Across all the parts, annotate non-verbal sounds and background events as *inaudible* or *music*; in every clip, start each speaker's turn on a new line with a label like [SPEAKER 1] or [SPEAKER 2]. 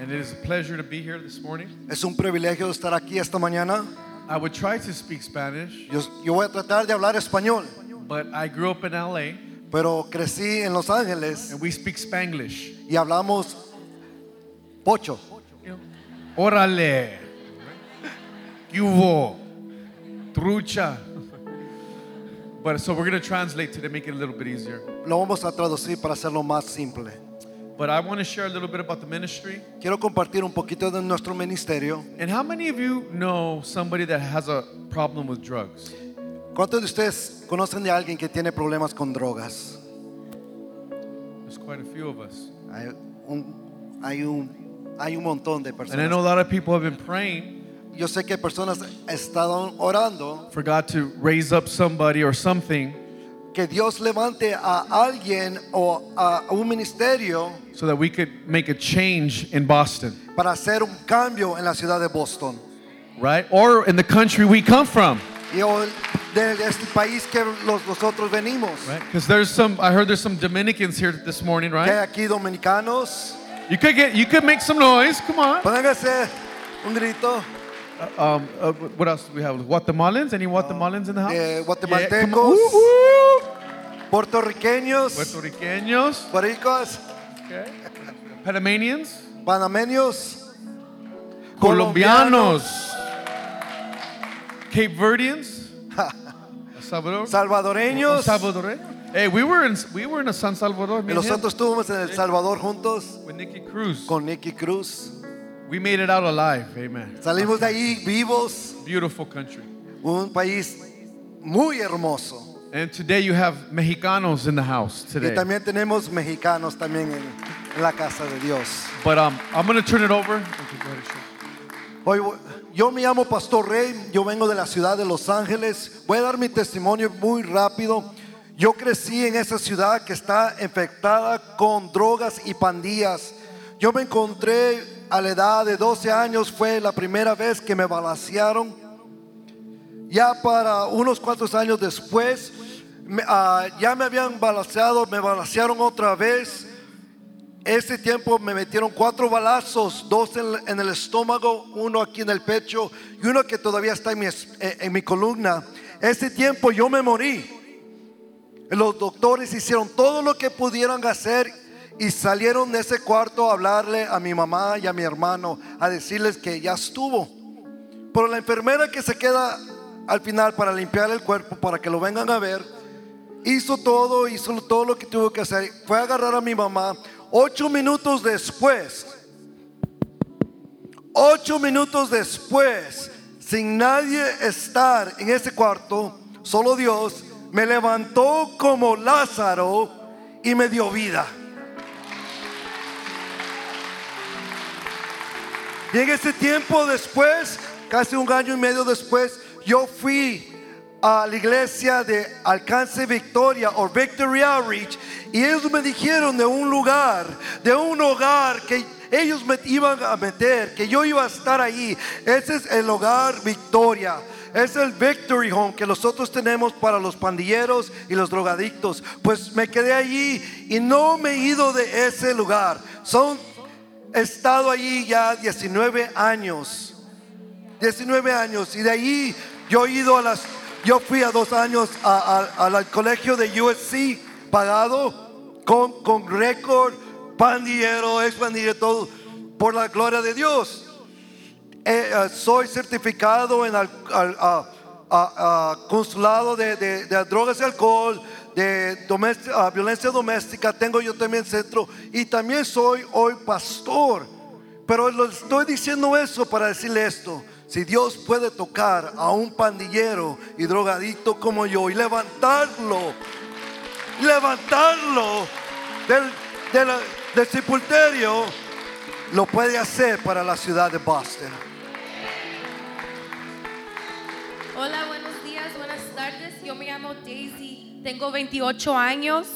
[SPEAKER 1] And it is a pleasure to be here this morning.
[SPEAKER 2] Es un privilegio estar aquí esta mañana.
[SPEAKER 1] I would try to speak Spanish,
[SPEAKER 2] Yo, yo voy a tratar de hablar español,
[SPEAKER 1] but I grew up in LA
[SPEAKER 2] pero crecí en Los Ángeles
[SPEAKER 1] and we speak Spanglish.
[SPEAKER 2] y hablamos pocho.
[SPEAKER 1] You know, *laughs* Órale. ¿Qué hubo? Trucha. But so we're going to translate today, make it a little bit easier.
[SPEAKER 2] Lo vamos a traducir para hacerlo más simple.
[SPEAKER 1] But I want to share a little bit about the ministry.
[SPEAKER 2] Quiero compartir un poquito de nuestro ministerio.
[SPEAKER 1] And how many of you know somebody that has a problem with drugs?
[SPEAKER 2] ¿Cuántos de ustedes conocen de alguien que tiene problemas con drogas?
[SPEAKER 1] There's quite a few of us.
[SPEAKER 2] Hay un, hay un, hay un montón de
[SPEAKER 1] And I know a
[SPEAKER 2] personas.
[SPEAKER 1] lot of people have been praying
[SPEAKER 2] Yo sé que personas están orando
[SPEAKER 1] for God to raise up somebody or something
[SPEAKER 2] que Dios levante a alguien o a un ministerio
[SPEAKER 1] so that we could make a change in Boston,
[SPEAKER 2] para hacer un cambio en la ciudad de Boston
[SPEAKER 1] right? Or in the country we come from,
[SPEAKER 2] y o de este país que los, nosotros venimos.
[SPEAKER 1] right? Because there's some, I heard there's some Dominicans here this morning,
[SPEAKER 2] Que hay
[SPEAKER 1] right?
[SPEAKER 2] aquí dominicanos.
[SPEAKER 1] You could get, you could make some noise. Come on.
[SPEAKER 2] Pónganse un grito
[SPEAKER 1] Um, uh, what else do we have? Guatemalans? Any Guatemalans in the house?
[SPEAKER 2] Eh,
[SPEAKER 1] Ah. come on.
[SPEAKER 2] guatemaltecos.
[SPEAKER 1] Woo, woo.
[SPEAKER 2] puertorriqueños,
[SPEAKER 1] Puerto Ricanos.
[SPEAKER 2] boricos,
[SPEAKER 1] Okay. Panamanians.
[SPEAKER 2] panameños,
[SPEAKER 1] Colombianos. Cape
[SPEAKER 2] *laughs*
[SPEAKER 1] Verdeans. El Salvador.
[SPEAKER 2] salvadoreños.
[SPEAKER 1] Salvadoreño. Hey, we were in we were in a San Salvador. me
[SPEAKER 2] Y
[SPEAKER 1] and him,
[SPEAKER 2] nosotros estuvimos en El Salvador juntos
[SPEAKER 1] with Nikki Cruz.
[SPEAKER 2] con Nicky Cruz.
[SPEAKER 1] We made it out alive. Amen.
[SPEAKER 2] Salimos de ahí vivos,
[SPEAKER 1] Beautiful country.
[SPEAKER 2] un país muy hermoso.
[SPEAKER 1] And today you have Mexicanos in the house
[SPEAKER 2] Y
[SPEAKER 1] today.
[SPEAKER 2] también tenemos mexicanos también en, en la casa de Dios.
[SPEAKER 1] But um, I'm gonna turn it over.
[SPEAKER 2] Hoy, voy- yo me llamo Pastor Rey, yo vengo de la ciudad de Los Ángeles. Voy a dar mi testimonio muy rápido. Yo crecí en esa ciudad que está infectada con drogas y pandillas. Yo me encontré a la edad de 12 años, fue la primera vez que me balacearon. Ya para unos cuantos años después, me- ah, ya me habían balaceado, me balacearon otra vez. Ese Este tiempo me metieron cuatro balazos, dos en, en el estómago, uno aquí en el pecho y uno que todavía está en mi, es- eh, en mi columna. Ese tiempo yo me morí. Los doctores hicieron todo lo que pudieron hacer y salieron de ese cuarto a hablarle a mi mamá y a mi hermano, a decirles que ya estuvo. Pero la enfermera que se queda al final para limpiar el cuerpo, para que lo vengan a ver, hizo todo, hizo todo lo que tuvo que hacer. Fue a agarrar a mi mamá. Ocho minutos después, ocho minutos después, sin nadie estar en ese cuarto, solo Dios, me levantó como Lázaro y me dio vida. Y en ese tiempo después, casi un año y medio después, yo fui a la iglesia de Alcance Victoria o Victory Outreach y ellos me dijeron de un lugar, de un hogar que ellos me iban a meter, que yo iba a estar ahí. Ese es el hogar Victoria. Es el Victory Home que nosotros tenemos para los pandilleros y los drogadictos. Pues me quedé allí y no me he ido de ese lugar. Son He estado allí ya 19 años. 19 años. Y de allí yo he ido a las. Yo fui a dos años a- a- al colegio de USC pagado con, con récord, pandillero, ex pandillero, todo, por la gloria de Dios. Eh, eh, soy certificado en al, al- a- a- a consulado de, de- de drogas y alcohol, de domest- ah, violencia doméstica, tengo yo también centro y también soy hoy pastor. Pero lo estoy diciendo eso para decirle esto. Si Dios puede tocar a un pandillero y drogadicto como yo y levantarlo levantarlo del, de la- del sepulterio, lo puede hacer para la ciudad de Boston.
[SPEAKER 3] Hola, buenos días, buenas tardes. Yo me llamo Daisy, tengo 28 años.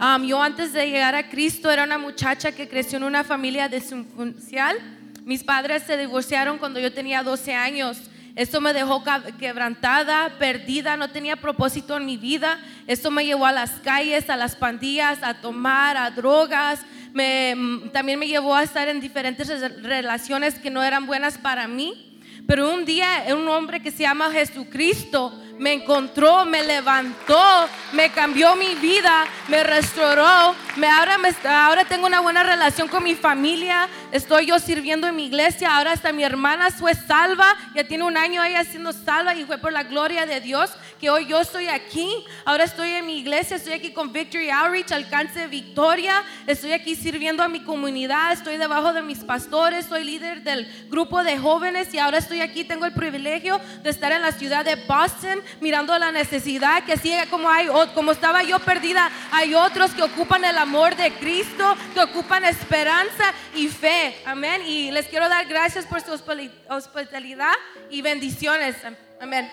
[SPEAKER 3] Um, yo antes de llegar a Cristo era una muchacha que creció en una familia disfuncional. Mis padres se divorciaron cuando yo tenía 12 años. Esto me dejó cab- quebrantada, perdida, no tenía propósito en mi vida. Esto me llevó a las calles, a las pandillas, a tomar, a drogas. me, mm, también me llevó a estar en diferentes re- relaciones que no eran buenas para mí. Pero un día un hombre que se llama Jesucristo me encontró, me levantó, me cambió mi vida, me restauró. Me, ahora, me- ahora tengo una buena relación con mi familia, estoy yo sirviendo en mi iglesia, ahora hasta mi hermana fue salva, ya tiene un año ella siendo salva y fue por la gloria de Dios que hoy yo estoy aquí, ahora estoy en mi iglesia, estoy aquí con Victory Outreach, alcance de victoria, estoy aquí sirviendo a mi comunidad, estoy debajo de mis pastores, soy líder del grupo de jóvenes y ahora estoy aquí, tengo el privilegio de estar en la ciudad de Boston mirando la necesidad que así como hay, o- como estaba yo perdida, hay otros que ocupan el amor de Cristo, que ocupan esperanza y fe, amén. Y les quiero dar gracias por su hospali- hospitalidad y bendiciones, Am- amén.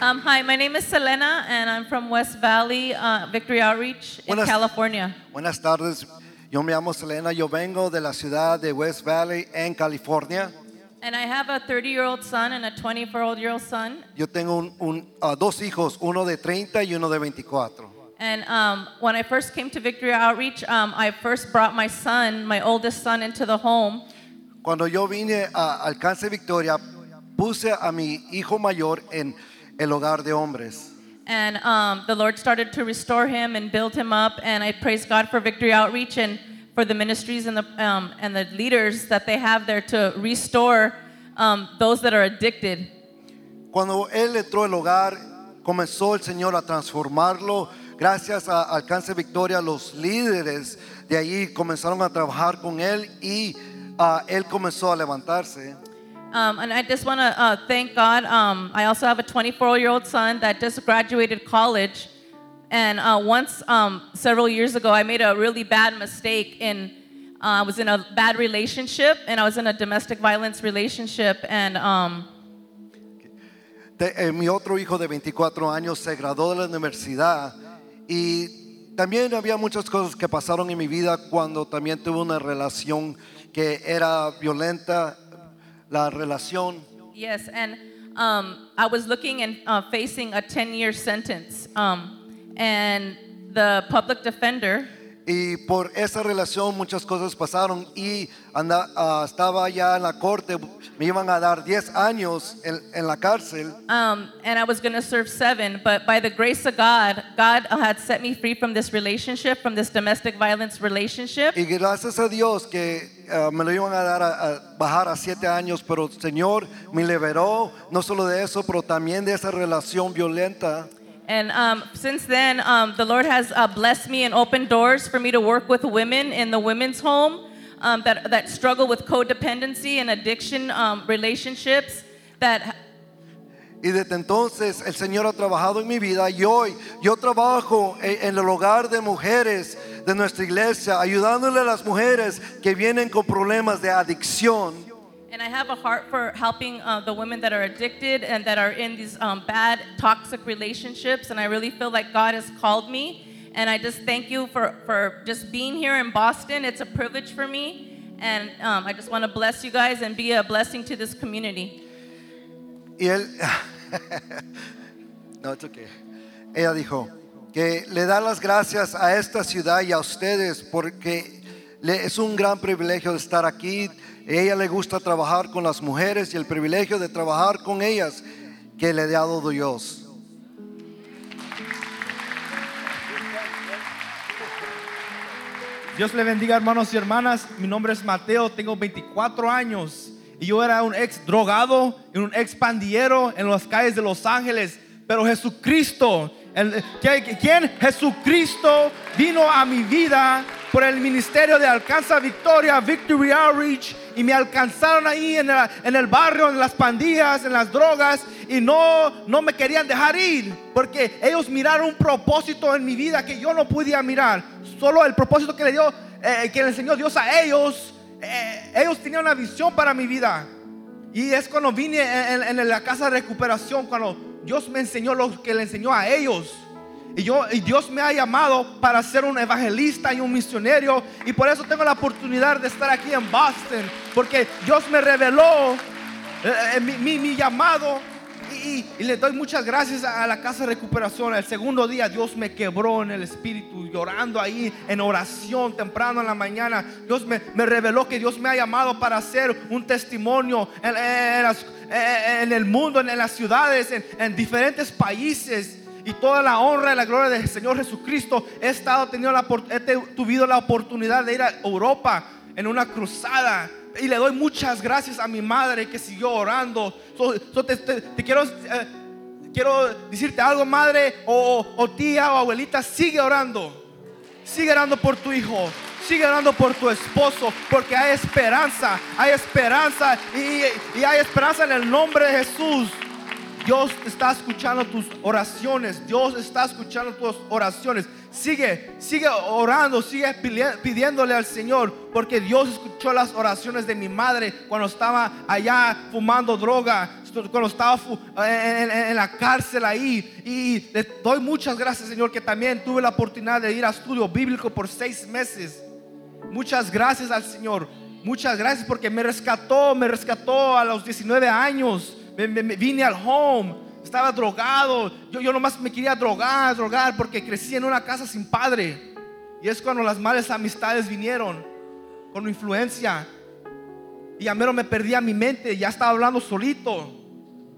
[SPEAKER 4] Um, hi, my name is Selena, and I'm from West Valley uh, Victory Outreach in
[SPEAKER 2] Buenas-
[SPEAKER 4] California.
[SPEAKER 2] Buenas tardes. Yo me llamo Selena. Yo vengo de la ciudad de West Valley, en California.
[SPEAKER 4] And I have a 30 year old son and a 24 year old son.
[SPEAKER 2] Yo tengo un- un, ah, dos hijos, uno de 30 y uno de 24.
[SPEAKER 4] And um, when I first came to Victory Outreach, um, I first brought my son, my oldest son, into the home.
[SPEAKER 2] Cuando yo vine a Alcance Victoria, puse a mi hijo mayor en el hogar de hombres.
[SPEAKER 4] And um, the Lord started to restore him and build him up. And I praise God for Victory Outreach and for the ministries and the, um, and the leaders that they have there to restore um, those that are addicted.
[SPEAKER 2] Cuando él entró al hogar, comenzó el Señor a transformarlo. Gracias a Alcance Victoria, los líderes de ahí comenzaron a trabajar con él y ah, él comenzó a levantarse.
[SPEAKER 4] Um, and I just want to uh, thank God. Um, I also have a 24 year old son that just graduated college. And uh, once, um, several years ago, I made a really bad mistake. In, uh, I was in a bad relationship, and I was in a domestic violence relationship. And um,
[SPEAKER 2] Te- eh, mi otro hijo de 24 años se graduó de la universidad y también había muchas cosas que pasaron en mi vida cuando también tuve una relación que era violenta, la relación.
[SPEAKER 4] yes, and um, I was looking and uh, facing a 10 year sentence. Um, and the public defender,
[SPEAKER 2] Y por esa relación muchas cosas pasaron y anda- ah, estaba ya en la corte, me iban a dar 10 años en, en la cárcel
[SPEAKER 4] Um, and I was going to serve seven, but by the grace of God, God uh, had set me free from this relationship, from this domestic violence relationship.
[SPEAKER 2] y gracias a Dios que ah, me lo iban a dar a, a bajar a 7 años, pero el Señor me liberó no solo de eso, pero también de esa relación violenta.
[SPEAKER 4] And um, since then, um, the Lord has uh, blessed me and opened doors for me to work with women in the women's home um, that, that struggle with codependency and addiction um, relationships that
[SPEAKER 2] Y desde entonces el Señor ha trabajado en mi vida y hoy yo trabajo en, en el hogar de mujeres de nuestra iglesia, ayudándole a las mujeres que vienen con problemas de adicción.
[SPEAKER 4] And I have a heart for helping uh, the women that are addicted and that are in these um, bad, toxic relationships. And I really feel like God has called me. And I just thank you for, for just being here in Boston. It's a privilege for me. And um, I just want to bless you guys and be a blessing to this community.
[SPEAKER 2] Y él, *laughs* no, it's okay. Ella dijo que le da las gracias a esta ciudad y a ustedes porque le- es un gran privilegio de estar aquí. Ella le gusta trabajar con las mujeres y el privilegio de trabajar con ellas que le ha dado Dios.
[SPEAKER 5] Dios le bendiga hermanos y hermanas. Mi nombre es Mateo, tengo 24 años y yo era un ex drogado, y un ex pandillero en las calles de Los Ángeles. Pero Jesucristo, el- ¿qui- ¿quién? Jesucristo vino a mi vida por el ministerio de Alcanza Victoria, Victory Outreach, y me alcanzaron ahí en, la- en el barrio, en las pandillas, en las drogas, y no, no me querían dejar ir, porque ellos miraron un propósito en mi vida que yo no podía mirar solo el propósito que le dio, eh, que le enseñó Dios a ellos. eh, ellos tenían una visión para mi vida. Y es cuando vine en, en- en la casa de recuperación, cuando Dios me enseñó lo que le enseñó a ellos. Y, yo, y Dios me ha llamado para ser un evangelista y un misionero. Y por eso tengo la oportunidad de estar aquí en Boston. Porque Dios me reveló eh, eh, mi, mi- mi llamado Y, y- y le doy muchas gracias a a la casa de recuperación. El segundo día Dios me quebró en el espíritu, llorando ahí en oración temprano en la mañana. Dios me, me reveló que Dios me ha llamado para hacer un testimonio en, en- en las- en- en el mundo, en, en las ciudades, en- en diferentes países. Y toda la honra y la gloria del Señor Jesucristo. He estado teniendo la opor- he te- tuvido la oportunidad de ir a Europa en una cruzada. Y le doy muchas gracias a mi madre que siguió orando. So- so te, te- te quiero, eh, quiero decirte algo, madre, o, o tía o abuelita, sigue orando. Sigue orando por tu hijo. Sigue orando por tu esposo. Porque hay esperanza. Hay esperanza. Y, y hay esperanza en el nombre de Jesús. Dios está escuchando tus oraciones. Dios está escuchando tus oraciones. Sigue, sigue orando, sigue pili- pidiéndole al Señor. Porque Dios escuchó las oraciones de mi madre cuando estaba allá fumando droga. Cuando estaba fu- en, en- en la cárcel ahí. Y le doy muchas gracias, Señor, que también tuve la oportunidad de ir a estudio bíblico por seis meses. Muchas gracias al Señor. Muchas gracias porque me rescató, me rescató a los 19 años. Me, me- me vine al home. Estaba drogado. Yo, yo nomás me quería drogar, drogar porque crecí en una casa sin padre. Y es cuando las malas amistades vinieron con influencia. Y a mero me perdía mi mente. Ya estaba hablando solito.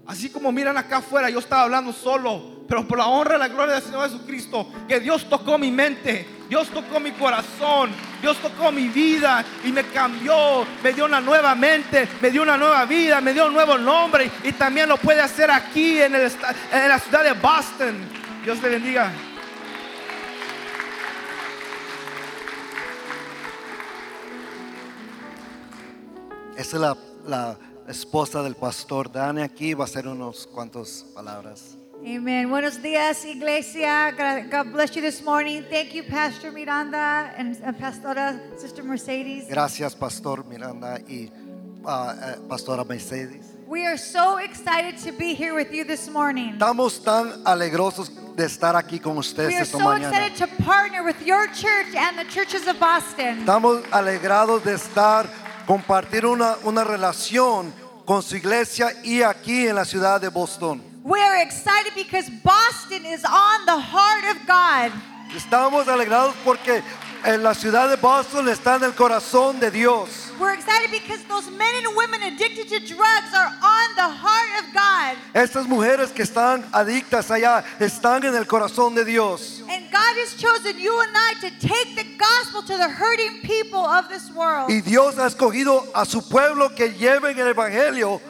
[SPEAKER 5] Así como miran acá afuera, yo estaba hablando solo, pero por la honra y la gloria del Señor Jesucristo, que Dios tocó mi mente, Dios tocó mi corazón, Dios tocó mi vida y me cambió, me dio una nueva mente, me dio una nueva vida, me dio un nuevo nombre y también lo puede hacer aquí en, el esta- en la ciudad de Boston. Dios te bendiga.
[SPEAKER 2] Esa es la, la esposa del pastor Dani aquí. Va a hacer unos cuantos palabras.
[SPEAKER 6] Amen. Buenos dias, Iglesia. Gra- God bless you this morning. Thank you, Pastor Miranda and uh, Pastora Sister Mercedes.
[SPEAKER 2] Gracias, pastor Miranda y ah, eh, pastora Mercedes.
[SPEAKER 6] We are so excited to be here with you this morning.
[SPEAKER 2] Estamos tan alegrosos de estar aquí con
[SPEAKER 6] We
[SPEAKER 2] ustedes
[SPEAKER 6] are
[SPEAKER 2] esta
[SPEAKER 6] so
[SPEAKER 2] mañana.
[SPEAKER 6] excited to partner with your church and the churches of Boston.
[SPEAKER 2] Estamos alegrados de estar, compartir una, una relación con su iglesia y aquí en la ciudad de Boston.
[SPEAKER 6] We are excited because Boston is on the heart of God.
[SPEAKER 2] Estamos alegrados porque en la ciudad de Boston está en el corazón de Dios.
[SPEAKER 6] We're excited because those men and women addicted to drugs are on the heart of God.
[SPEAKER 2] Estas mujeres que están adictas allá están en el corazón de Dios.
[SPEAKER 6] And God has chosen you and I to take the gospel to the hurting people of this world.
[SPEAKER 2] Y Dios ha escogido a su pueblo que lleven el evangelio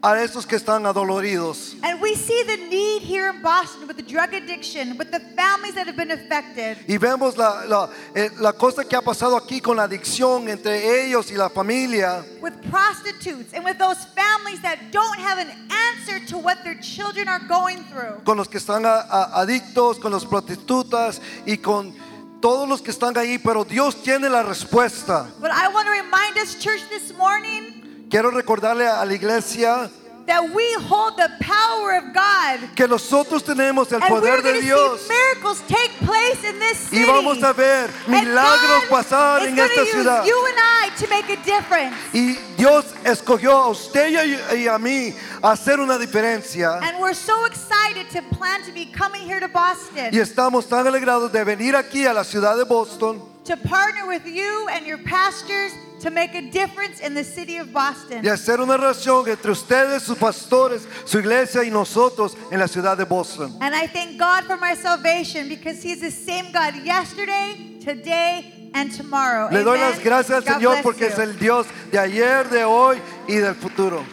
[SPEAKER 2] a esos que están adoloridos.
[SPEAKER 6] And we see the need here in Boston with the drug addiction, with the families that have been affected.
[SPEAKER 2] Y vemos la, la- eh, la cosa que ha pasado aquí con la adicción entre ellos y la familia.
[SPEAKER 6] With prostitutes and with those families that don't have an answer to what their children are going through.
[SPEAKER 2] con los que están a- a- adictos, con las prostitutas y con todos los que están ahí, pero Dios tiene la respuesta.
[SPEAKER 6] But I want to remind us, church, this morning
[SPEAKER 2] Quiero recordarle a la iglesia
[SPEAKER 6] that we hold the power of God.
[SPEAKER 2] que nosotros tenemos el
[SPEAKER 6] And we're
[SPEAKER 2] poder
[SPEAKER 6] going
[SPEAKER 2] de
[SPEAKER 6] to
[SPEAKER 2] Dios
[SPEAKER 6] see miracles take place in this
[SPEAKER 2] y
[SPEAKER 6] city.
[SPEAKER 2] vamos a ver
[SPEAKER 6] And
[SPEAKER 2] milagros
[SPEAKER 6] God
[SPEAKER 2] pasar
[SPEAKER 6] is
[SPEAKER 2] en
[SPEAKER 6] gonna
[SPEAKER 2] esta
[SPEAKER 6] use
[SPEAKER 2] ciudad.
[SPEAKER 6] You and I to make a difference.
[SPEAKER 2] Y Dios escogió a usted y a- y a mí a hacer una diferencia.
[SPEAKER 6] And we're so excited to plan to be coming here to Boston
[SPEAKER 2] Y estamos tan alegrados de venir aquí a la ciudad de Boston
[SPEAKER 6] to partner with you and your pastors to make a difference in the city of Boston.
[SPEAKER 2] y hacer una relación entre ustedes, sus pastores, su iglesia y nosotros en la ciudad de Boston.
[SPEAKER 6] And I thank God for my salvation because He's the same God yesterday, today, and tomorrow.
[SPEAKER 2] Le doy
[SPEAKER 6] Amen.
[SPEAKER 2] las gracias al
[SPEAKER 6] God
[SPEAKER 2] Señor
[SPEAKER 6] bless
[SPEAKER 2] porque
[SPEAKER 6] you.
[SPEAKER 2] es el Dios de ayer, de hoy y del futuro.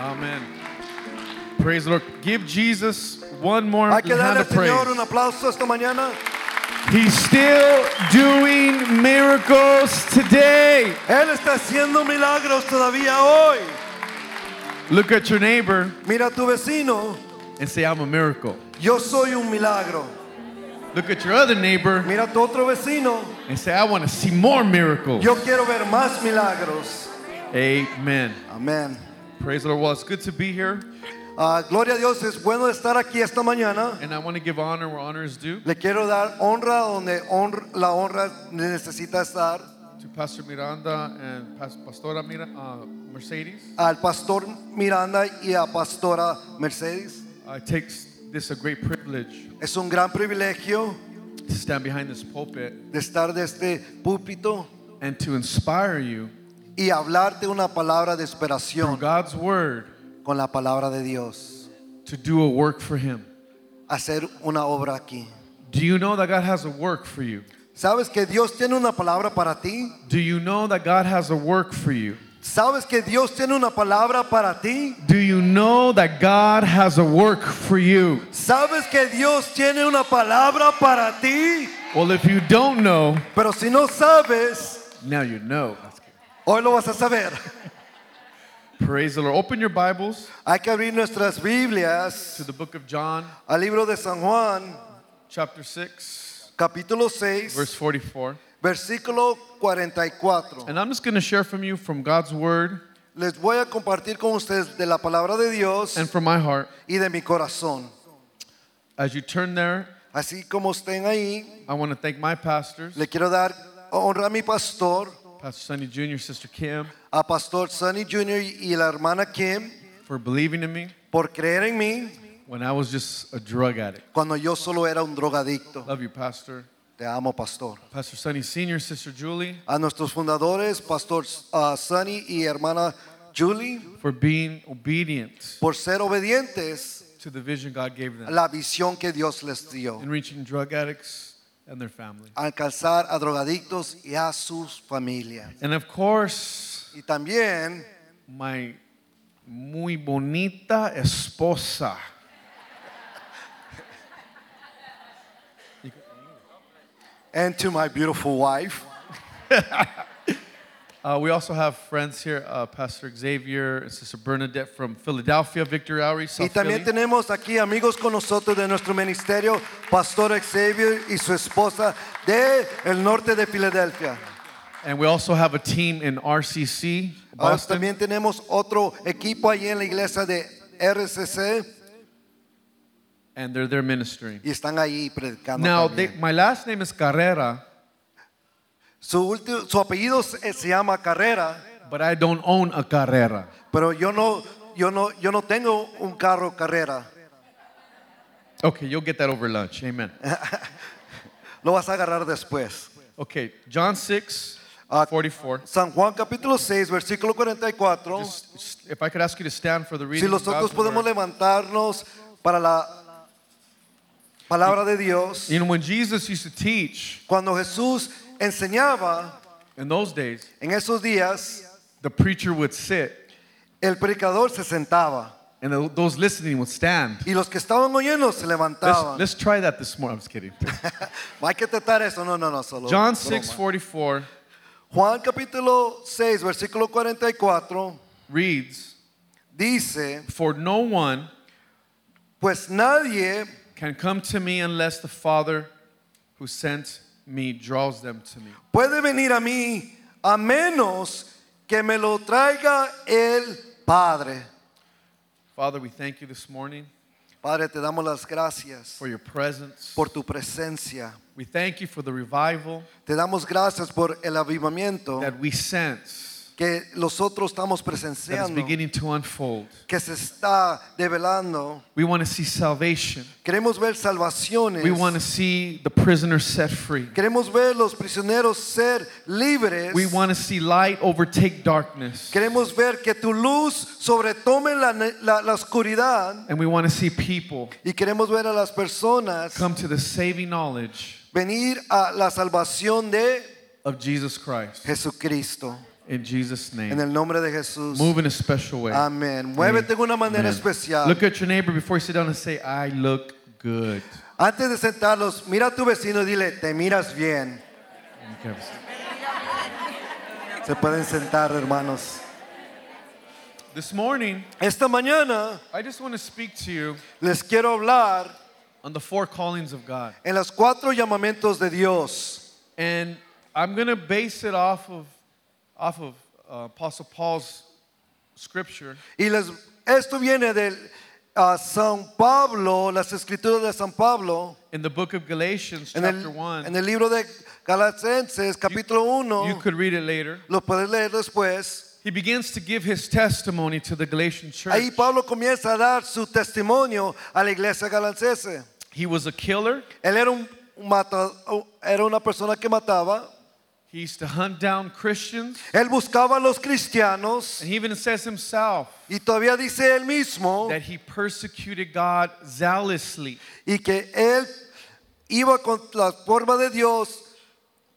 [SPEAKER 1] Amen. Praise the Lord. Give Jesus one more
[SPEAKER 2] Hay que
[SPEAKER 1] hand
[SPEAKER 2] darle al
[SPEAKER 1] of praise.
[SPEAKER 2] Señor un aplauso esta mañana.
[SPEAKER 1] He's still doing miracles today.
[SPEAKER 2] Él está haciendo milagros todavía hoy.
[SPEAKER 1] Look at your neighbor
[SPEAKER 2] Mira a tu vecino,
[SPEAKER 1] and say, I'm a miracle.
[SPEAKER 2] yo soy un milagro.
[SPEAKER 1] Look at your other neighbor
[SPEAKER 2] Mira a tu otro vecino,
[SPEAKER 1] and say, I want to see more miracles.
[SPEAKER 2] yo quiero ver más milagros.
[SPEAKER 1] Amen.
[SPEAKER 2] Amén.
[SPEAKER 1] Praise the Lord. Well, it's good to be here.
[SPEAKER 2] Ah, gloria a Dios, es bueno estar aquí esta mañana.
[SPEAKER 1] And I want to give honor where honor is due.
[SPEAKER 2] Le quiero dar honra donde honra- la honra necesita estar.
[SPEAKER 1] to Pastor Miranda and Pas- Pastora Mira, uh, Mercedes.
[SPEAKER 2] al pastor Miranda y a pastora Mercedes.
[SPEAKER 1] Uh, it takes this a great privilege
[SPEAKER 2] Es un gran privilegio
[SPEAKER 1] to stand behind this pulpit
[SPEAKER 2] de estar de este púlpito
[SPEAKER 1] and to inspire you
[SPEAKER 2] y hablarte una palabra de
[SPEAKER 1] through
[SPEAKER 2] esperación
[SPEAKER 1] God's word
[SPEAKER 2] con la palabra de Dios.
[SPEAKER 1] to do a work for Him.
[SPEAKER 2] Hacer una obra aquí.
[SPEAKER 1] Do you know that God has a work for you?
[SPEAKER 2] ¿Sabes que Dios tiene una palabra para ti?
[SPEAKER 1] Do you know that God has a work for you?
[SPEAKER 2] ¿Sabes que Dios tiene una palabra para ti?
[SPEAKER 1] Do you know that God has a work for you?
[SPEAKER 2] ¿Sabes que Dios tiene una palabra para ti?
[SPEAKER 1] Well, if you don't know,
[SPEAKER 2] Pero si no sabes,
[SPEAKER 1] now you know.
[SPEAKER 2] hoy lo vas a saber.
[SPEAKER 1] Praise the Lord. Open your Bibles
[SPEAKER 2] Hay que abrir nuestras Biblias
[SPEAKER 1] to the book of John,
[SPEAKER 2] al libro de San Juan,
[SPEAKER 1] chapter 6,
[SPEAKER 2] capítulo
[SPEAKER 1] verse
[SPEAKER 2] 6,
[SPEAKER 1] 44.
[SPEAKER 2] versículo 44.
[SPEAKER 1] And I'm just going to share from you from God's word
[SPEAKER 2] Les voy a compartir con ustedes de la palabra de Dios
[SPEAKER 1] and from my heart.
[SPEAKER 2] y de mi corazón.
[SPEAKER 1] As you turn there,
[SPEAKER 2] Así como estén ahí,
[SPEAKER 1] I want to thank my pastors,
[SPEAKER 2] le quiero dar honra a mi pastor,
[SPEAKER 1] Pastor Sonny Jr., Sister Kim,
[SPEAKER 2] a Pastor Sonny Jr. y la hermana Kim,
[SPEAKER 1] for believing in me
[SPEAKER 2] por creer en mí
[SPEAKER 1] when I was just a drug addict.
[SPEAKER 2] cuando yo solo era un drogadicto.
[SPEAKER 1] Love you, Pastor.
[SPEAKER 2] Te amo, pastor.
[SPEAKER 1] Pastor Sonny Sr., Sister Julie,
[SPEAKER 2] A nuestros fundadores, Pastor ah, Sonny y hermana Julie,
[SPEAKER 1] for being obedient
[SPEAKER 2] por ser obedientes
[SPEAKER 1] to the vision God gave
[SPEAKER 2] a
[SPEAKER 1] them
[SPEAKER 2] la visión que Dios les dio.
[SPEAKER 1] in reaching drug addicts and their family.
[SPEAKER 2] Alcanzar a drogadictos y a sus familias.
[SPEAKER 1] And of course,
[SPEAKER 2] Y también
[SPEAKER 1] my muy bonita esposa.
[SPEAKER 2] And to my beautiful wife.
[SPEAKER 1] Uh, we also have friends here, uh, Pastor Xavier and Sister Bernadette from Philadelphia, Victory Outreach,
[SPEAKER 2] Y
[SPEAKER 1] South
[SPEAKER 2] también
[SPEAKER 1] Philly.
[SPEAKER 2] tenemos aquí amigos con nosotros de nuestro ministerio, Pastor Xavier y su esposa de el norte de Filadelfia.
[SPEAKER 1] And we also have a team in RCC,
[SPEAKER 2] Ahora
[SPEAKER 1] Boston.
[SPEAKER 2] Oh, también tenemos otro equipo allí en la iglesia de RCC
[SPEAKER 1] and they're there ministering.
[SPEAKER 2] y están ahí predicando.
[SPEAKER 1] Now,
[SPEAKER 2] también.
[SPEAKER 1] they, my last name is Carrera,
[SPEAKER 2] su, ulti- su apellido se, se llama Carrera,
[SPEAKER 1] but I don't own a Carrera.
[SPEAKER 2] pero yo no, yo, no, yo no tengo un carro Carrera.
[SPEAKER 1] Okay, you'll get that over lunch.
[SPEAKER 2] *laughs*
[SPEAKER 1] Amen.
[SPEAKER 2] Lo vas a agarrar después.
[SPEAKER 1] Okay, John 6,
[SPEAKER 2] Uh,
[SPEAKER 1] 44.
[SPEAKER 2] San Juan capítulo 6, versículo 44.
[SPEAKER 1] Just, just- if I could ask you to stand for the
[SPEAKER 2] Si
[SPEAKER 1] reading of
[SPEAKER 2] nosotros
[SPEAKER 1] God's
[SPEAKER 2] podemos
[SPEAKER 1] word.
[SPEAKER 2] levantarnos para la palabra de Dios,
[SPEAKER 1] You know, when Jesus used to teach
[SPEAKER 2] cuando Jesús enseñaba
[SPEAKER 1] in those days,
[SPEAKER 2] en esos días,
[SPEAKER 1] the preacher would sit
[SPEAKER 2] el predicador se sentaba
[SPEAKER 1] and the- those listening would stand.
[SPEAKER 2] y los que estaban oyendo se
[SPEAKER 1] Let's,
[SPEAKER 2] levantaban.
[SPEAKER 1] let's try that this morning. I'm just kidding.
[SPEAKER 2] *laughs* Hay que tratar eso, no, no, no, solo.
[SPEAKER 1] John
[SPEAKER 2] broma.
[SPEAKER 1] 6, 44
[SPEAKER 2] Juan capítulo 6, versículo 44
[SPEAKER 1] reads,
[SPEAKER 2] dice,
[SPEAKER 1] For no one
[SPEAKER 2] pues nadie
[SPEAKER 1] can come to me unless the Father who sent me draws them to me.
[SPEAKER 2] puede venir a mí a menos que me lo traiga el Padre.
[SPEAKER 1] Father, we thank you this morning
[SPEAKER 2] Padre, te damos las gracias.
[SPEAKER 1] for your presence.
[SPEAKER 2] por tu presencia.
[SPEAKER 1] We thank you for the revival
[SPEAKER 2] Te damos gracias por el avivamiento
[SPEAKER 1] that we sense
[SPEAKER 2] que nosotros estamos
[SPEAKER 1] that is
[SPEAKER 2] presenciando,
[SPEAKER 1] beginning to unfold.
[SPEAKER 2] que se está develando.
[SPEAKER 1] We want to see salvation.
[SPEAKER 2] Queremos ver salvaciones.
[SPEAKER 1] We want to see the prisoner set free.
[SPEAKER 2] Queremos ver los prisioneros ser libres.
[SPEAKER 1] We want to see light overtake darkness.
[SPEAKER 2] Queremos ver que tu luz sobretome la, ne- la- la oscuridad
[SPEAKER 1] And we want to see people
[SPEAKER 2] y queremos ver a las personas
[SPEAKER 1] come to the saving knowledge
[SPEAKER 2] venir a la salvación de
[SPEAKER 1] of Jesus Christ.
[SPEAKER 2] Jesucristo.
[SPEAKER 1] In Jesus'
[SPEAKER 2] En
[SPEAKER 1] name.
[SPEAKER 2] el nombre de Jesús.
[SPEAKER 1] Move in a special way.
[SPEAKER 2] Amén. Muévete de una
[SPEAKER 1] Amen.
[SPEAKER 2] manera especial.
[SPEAKER 1] Look at your neighbor before you sit down and say, I look good.
[SPEAKER 2] Antes de sentarlos, mira a tu vecino y dile, te miras bien.
[SPEAKER 1] Okay.
[SPEAKER 2] Se pueden sentar, hermanos.
[SPEAKER 1] This morning,
[SPEAKER 2] Esta mañana
[SPEAKER 1] I just want to speak to you
[SPEAKER 2] les quiero hablar
[SPEAKER 1] on the four callings of God.
[SPEAKER 2] en los cuatro llamamientos de Dios.
[SPEAKER 1] And I'm going to base it off of, off of uh, Apostle Paul's scripture
[SPEAKER 2] Y les, esto viene del a San Pablo, las escrituras de San Pablo,
[SPEAKER 1] in the book of Galatians,
[SPEAKER 2] en
[SPEAKER 1] chapter
[SPEAKER 2] el,
[SPEAKER 1] 1,
[SPEAKER 2] en el libro de Galatenses capítulo
[SPEAKER 1] You
[SPEAKER 2] 1,
[SPEAKER 1] could read it later.
[SPEAKER 2] lo puedes leer después.
[SPEAKER 1] He begins to give his testimony to the Galatian
[SPEAKER 2] Ahí
[SPEAKER 1] church.
[SPEAKER 2] Pablo comienza a dar su testimonio a la iglesia galatense.
[SPEAKER 1] He was a killer.
[SPEAKER 2] Él era un mata- era una persona que mataba.
[SPEAKER 1] He used to hunt down Christians.
[SPEAKER 2] Él buscaba a los cristianos
[SPEAKER 1] And he even says himself
[SPEAKER 2] y todavía dice él mismo
[SPEAKER 1] that he persecuted God zealously.
[SPEAKER 2] y que él iba con la forma de Dios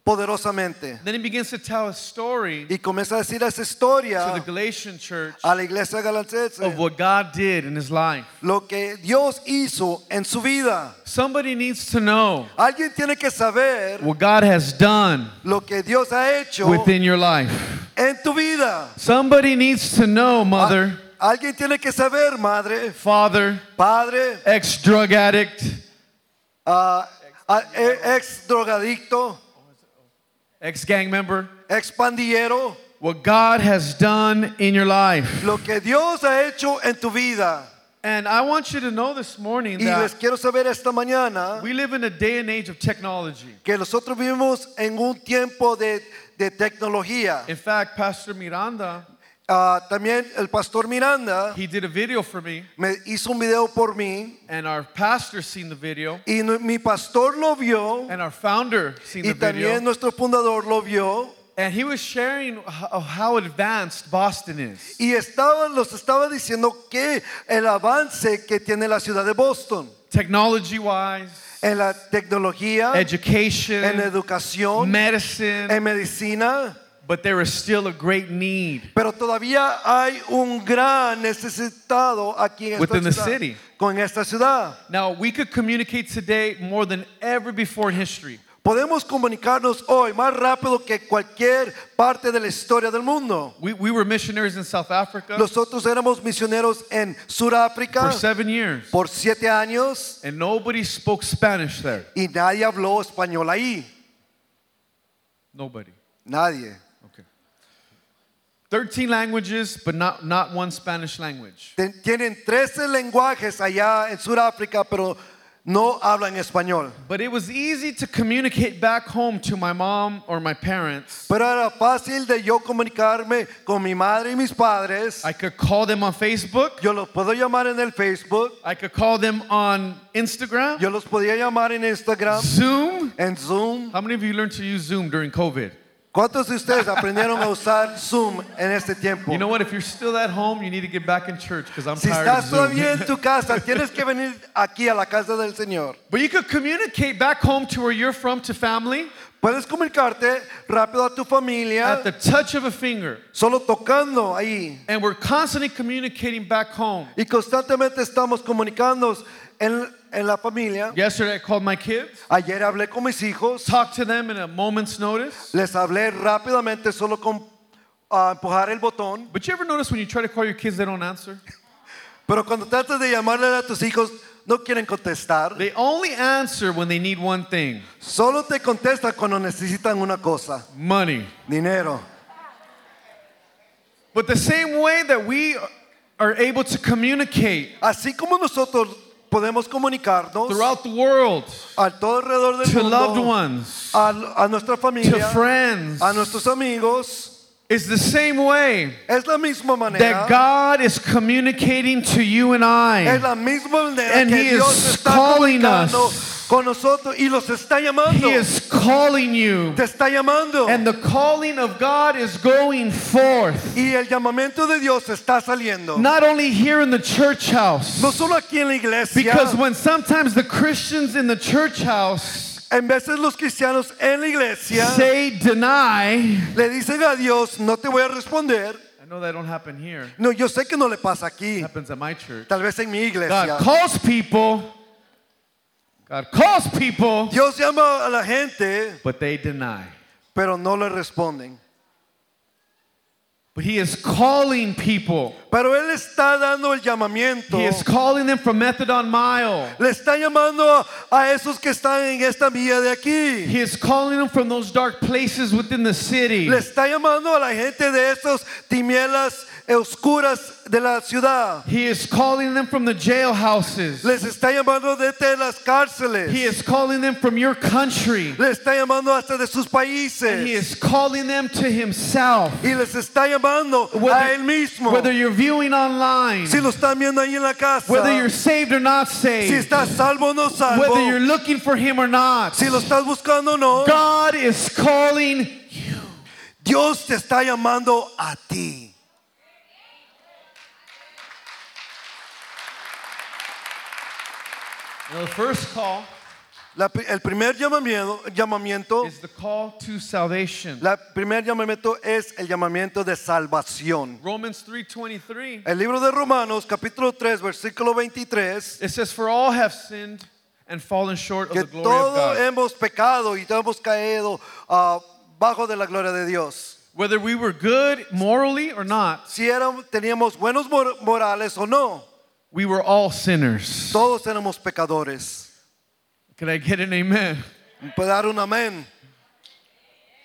[SPEAKER 2] poderosamente.
[SPEAKER 1] Then he begins to tell a story
[SPEAKER 2] Y comienza a decir esa
[SPEAKER 1] to the
[SPEAKER 2] historia
[SPEAKER 1] Galatian church
[SPEAKER 2] a la iglesia
[SPEAKER 1] of
[SPEAKER 2] galatense,
[SPEAKER 1] what God did in his life.
[SPEAKER 2] lo que Dios hizo en su vida.
[SPEAKER 1] Somebody needs to know
[SPEAKER 2] Alguien tiene que saber
[SPEAKER 1] what God has done
[SPEAKER 2] lo que Dios ha hecho
[SPEAKER 1] within your life.
[SPEAKER 2] en tu vida.
[SPEAKER 1] Somebody needs to know,
[SPEAKER 2] A-
[SPEAKER 1] mother,
[SPEAKER 2] Ah, Alguien tiene que saber, madre,
[SPEAKER 1] father,
[SPEAKER 2] padre,
[SPEAKER 1] ex drug addict,
[SPEAKER 2] ah, ah, e- ex drogadicto,
[SPEAKER 1] ex gang member,
[SPEAKER 2] ex pandillero,
[SPEAKER 1] what God has done in your life.
[SPEAKER 2] lo que Dios ha hecho en tu vida.
[SPEAKER 1] And I want you to know this morning
[SPEAKER 2] Y les
[SPEAKER 1] that
[SPEAKER 2] quiero saber esta mañana
[SPEAKER 1] we live in a day and age of technology.
[SPEAKER 2] que nosotros vivimos en un tiempo de, de tecnología.
[SPEAKER 1] In fact, Pastor Miranda,
[SPEAKER 2] Ah, también el pastor Miranda
[SPEAKER 1] he did a video for me,
[SPEAKER 2] me hizo un video por mí
[SPEAKER 1] and our pastor seen the video,
[SPEAKER 2] y no- mi pastor lo vio
[SPEAKER 1] and our founder seen
[SPEAKER 2] y
[SPEAKER 1] the
[SPEAKER 2] también
[SPEAKER 1] video,
[SPEAKER 2] nuestro fundador lo vio
[SPEAKER 1] and he was sharing h- how advanced Boston is.
[SPEAKER 2] y estaba, los estaba diciendo que el avance que tiene la ciudad de Boston
[SPEAKER 1] Technology wise,
[SPEAKER 2] en la tecnología, en la
[SPEAKER 1] education,
[SPEAKER 2] educación, en
[SPEAKER 1] medicine,
[SPEAKER 2] medicina,
[SPEAKER 1] but there is still a great need.
[SPEAKER 2] pero todavía hay un gran necesitado aquí en esta
[SPEAKER 1] Within the
[SPEAKER 2] ciudad,
[SPEAKER 1] city.
[SPEAKER 2] con esta ciudad.
[SPEAKER 1] Now, we could communicate today more than ever before in history.
[SPEAKER 2] Podemos comunicarnos hoy más rápido que cualquier parte de la historia del mundo.
[SPEAKER 1] We, we were missionaries in South Africa
[SPEAKER 2] Nosotros éramos misioneros en Sudáfrica
[SPEAKER 1] for seven years,
[SPEAKER 2] por siete años
[SPEAKER 1] and nobody spoke Spanish there.
[SPEAKER 2] y nadie habló español ahí.
[SPEAKER 1] Nobody.
[SPEAKER 2] Nadie.
[SPEAKER 1] Okay. 13 languages, but not, not one Spanish language.
[SPEAKER 2] Ten- Tienen 13 lenguajes allá en Sudáfrica, pero no hablan español.
[SPEAKER 1] But it was easy to communicate back home to my mom or my parents.
[SPEAKER 2] Pero era fácil de yo comunicarme con mi madre y mis padres.
[SPEAKER 1] I could call them on Facebook.
[SPEAKER 2] Yo los puedo llamar en el Facebook,
[SPEAKER 1] I could call them on Instagram,
[SPEAKER 2] yo los podía llamar en Instagram,
[SPEAKER 1] Zoom.
[SPEAKER 2] en Zoom.
[SPEAKER 1] How many of you learned to use Zoom during COVID?
[SPEAKER 2] ¿Cuántos de ustedes aprendieron a usar Zoom en este tiempo?
[SPEAKER 1] You know what? If you're still at home, you need to get back in church because I'm
[SPEAKER 2] si
[SPEAKER 1] tired of
[SPEAKER 2] estás todavía en
[SPEAKER 1] Zoom.
[SPEAKER 2] tu casa, tienes que venir aquí a la casa del Señor.
[SPEAKER 1] *laughs* but you could communicate back home to where you're from to family
[SPEAKER 2] Puedes comunicarte rápido a tu familia
[SPEAKER 1] at the touch of a finger.
[SPEAKER 2] solo tocando ahí.
[SPEAKER 1] And we're constantly communicating back home.
[SPEAKER 2] Y constantemente estamos comunicándonos en, en la familia.
[SPEAKER 1] Yesterday, I called my kids.
[SPEAKER 2] Ayer hablé con mis hijos,
[SPEAKER 1] talk to them in a moment's notice.
[SPEAKER 2] les hablé rápidamente solo con ah, empujar el botón.
[SPEAKER 1] But you ever notice when you try to call your kids, they don't answer?
[SPEAKER 2] Pero cuando tratas de llamarle a tus hijos, no quieren contestar.
[SPEAKER 1] They only answer when they need one thing
[SPEAKER 2] Solo te contestan cuando necesitan una cosa,
[SPEAKER 1] money.
[SPEAKER 2] dinero.
[SPEAKER 1] But the same way that we are able to communicate
[SPEAKER 2] Así como nosotros podemos comunicarnos
[SPEAKER 1] throughout the world
[SPEAKER 2] a todo alrededor del
[SPEAKER 1] to
[SPEAKER 2] mundo,
[SPEAKER 1] loved ones,
[SPEAKER 2] a, a nuestra
[SPEAKER 1] to
[SPEAKER 2] familia,
[SPEAKER 1] friends,
[SPEAKER 2] a nuestros amigos,
[SPEAKER 1] is the same way
[SPEAKER 2] es la misma manera.
[SPEAKER 1] that God is communicating to you and
[SPEAKER 2] es
[SPEAKER 1] I.
[SPEAKER 2] la misma manera
[SPEAKER 1] And
[SPEAKER 2] que
[SPEAKER 1] He
[SPEAKER 2] Dios
[SPEAKER 1] is
[SPEAKER 2] está
[SPEAKER 1] calling
[SPEAKER 2] comunicando
[SPEAKER 1] us.
[SPEAKER 2] con nosotros y los está llamando.
[SPEAKER 1] He is calling you,
[SPEAKER 2] te está llamando.
[SPEAKER 1] and the calling of God is going forth,
[SPEAKER 2] y el llamamiento de Dios está saliendo.
[SPEAKER 1] not only here in the church house.
[SPEAKER 2] no solo aquí en la iglesia.
[SPEAKER 1] Because when sometimes the Christians in the church house
[SPEAKER 2] en veces los cristianos en la iglesia
[SPEAKER 1] say deny,
[SPEAKER 2] le dicen a Dios, no te voy a responder.
[SPEAKER 1] I know that don't happen here.
[SPEAKER 2] No, yo sé que no le pasa
[SPEAKER 1] It
[SPEAKER 2] aquí.
[SPEAKER 1] happens at my church.
[SPEAKER 2] Tal vez en mi iglesia.
[SPEAKER 1] God calls people. God calls people,
[SPEAKER 2] Dios llama a la gente,
[SPEAKER 1] but they deny.
[SPEAKER 2] pero no le responden.
[SPEAKER 1] But he is calling people.
[SPEAKER 2] Pero él está dando el llamamiento.
[SPEAKER 1] He is calling them from Methadon Mile.
[SPEAKER 2] Le está llamando a esos que están en esta vía de aquí.
[SPEAKER 1] He is calling them from those dark places within the city.
[SPEAKER 2] Le está llamando a la gente de esos timielas oscuras de la ciudad.
[SPEAKER 1] He is calling them from the jailhouses.
[SPEAKER 2] Les está llamando desde las cárceles.
[SPEAKER 1] He is calling them from your country.
[SPEAKER 2] Le está llamando hasta de sus
[SPEAKER 1] And he
[SPEAKER 2] países.
[SPEAKER 1] is calling them to himself.
[SPEAKER 2] Y les está llamando a él mismo.
[SPEAKER 1] whether you're viewing online,
[SPEAKER 2] Si lo están viendo ahí en la casa.
[SPEAKER 1] whether you're saved or not
[SPEAKER 2] Si
[SPEAKER 1] saved,
[SPEAKER 2] estás salvo o no salvo.
[SPEAKER 1] whether you're looking for him or not,
[SPEAKER 2] Si lo estás buscando o no.
[SPEAKER 1] God is calling.
[SPEAKER 2] Dios te está llamando a ti.
[SPEAKER 1] Now, the first call
[SPEAKER 2] La pri- el primer llamamiento, llamamiento
[SPEAKER 1] is the call to salvation.
[SPEAKER 2] la primer llamamiento es el llamamiento de salvación.
[SPEAKER 1] Romans 3:23
[SPEAKER 2] El libro de Romanos capítulo 3 versículo 23
[SPEAKER 1] it says for all have sinned and fallen short of
[SPEAKER 2] que
[SPEAKER 1] the glory of
[SPEAKER 2] todos
[SPEAKER 1] God.
[SPEAKER 2] hemos pecado y todos hemos caído ah, bajo de la gloria de Dios.
[SPEAKER 1] Whether we were good morally or not,
[SPEAKER 2] Si éramos, teníamos buenos mor- morales o no,
[SPEAKER 1] we were all sinners.
[SPEAKER 2] todos éramos pecadores.
[SPEAKER 1] Can I get an amen?
[SPEAKER 2] Puede dar un amén.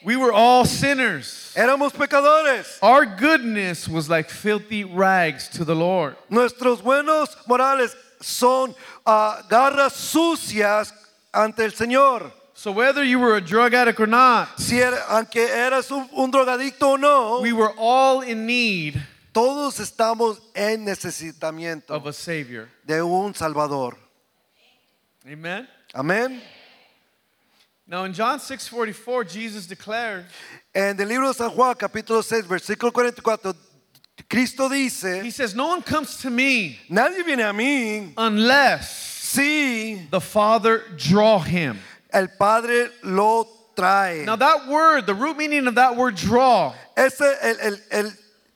[SPEAKER 1] We were all sinners.
[SPEAKER 2] Éramos pecadores.
[SPEAKER 1] Our goodness was like filthy rags to the Lord.
[SPEAKER 2] Nuestros buenos morales son ah, garras sucias ante el Señor.
[SPEAKER 1] So whether you were a drug addict or not,
[SPEAKER 2] Si era- aunque eras un, un drogadicto o no,
[SPEAKER 1] we were all in need
[SPEAKER 2] todos estamos en necesitamiento
[SPEAKER 1] of a savior.
[SPEAKER 2] de un Salvador.
[SPEAKER 1] Amen.
[SPEAKER 2] Amén.
[SPEAKER 1] Now in John 6:44, Jesus declared,
[SPEAKER 2] En el libro de San Juan, capítulo 6, versículo 44, Cristo
[SPEAKER 1] he
[SPEAKER 2] dice,
[SPEAKER 1] says, "No one comes to me
[SPEAKER 2] nadie viene a mí
[SPEAKER 1] unless
[SPEAKER 2] si
[SPEAKER 1] the Father draw him."
[SPEAKER 2] el Padre lo trae.
[SPEAKER 1] Now that word, the root meaning of that word draw
[SPEAKER 2] Ese, el, el- el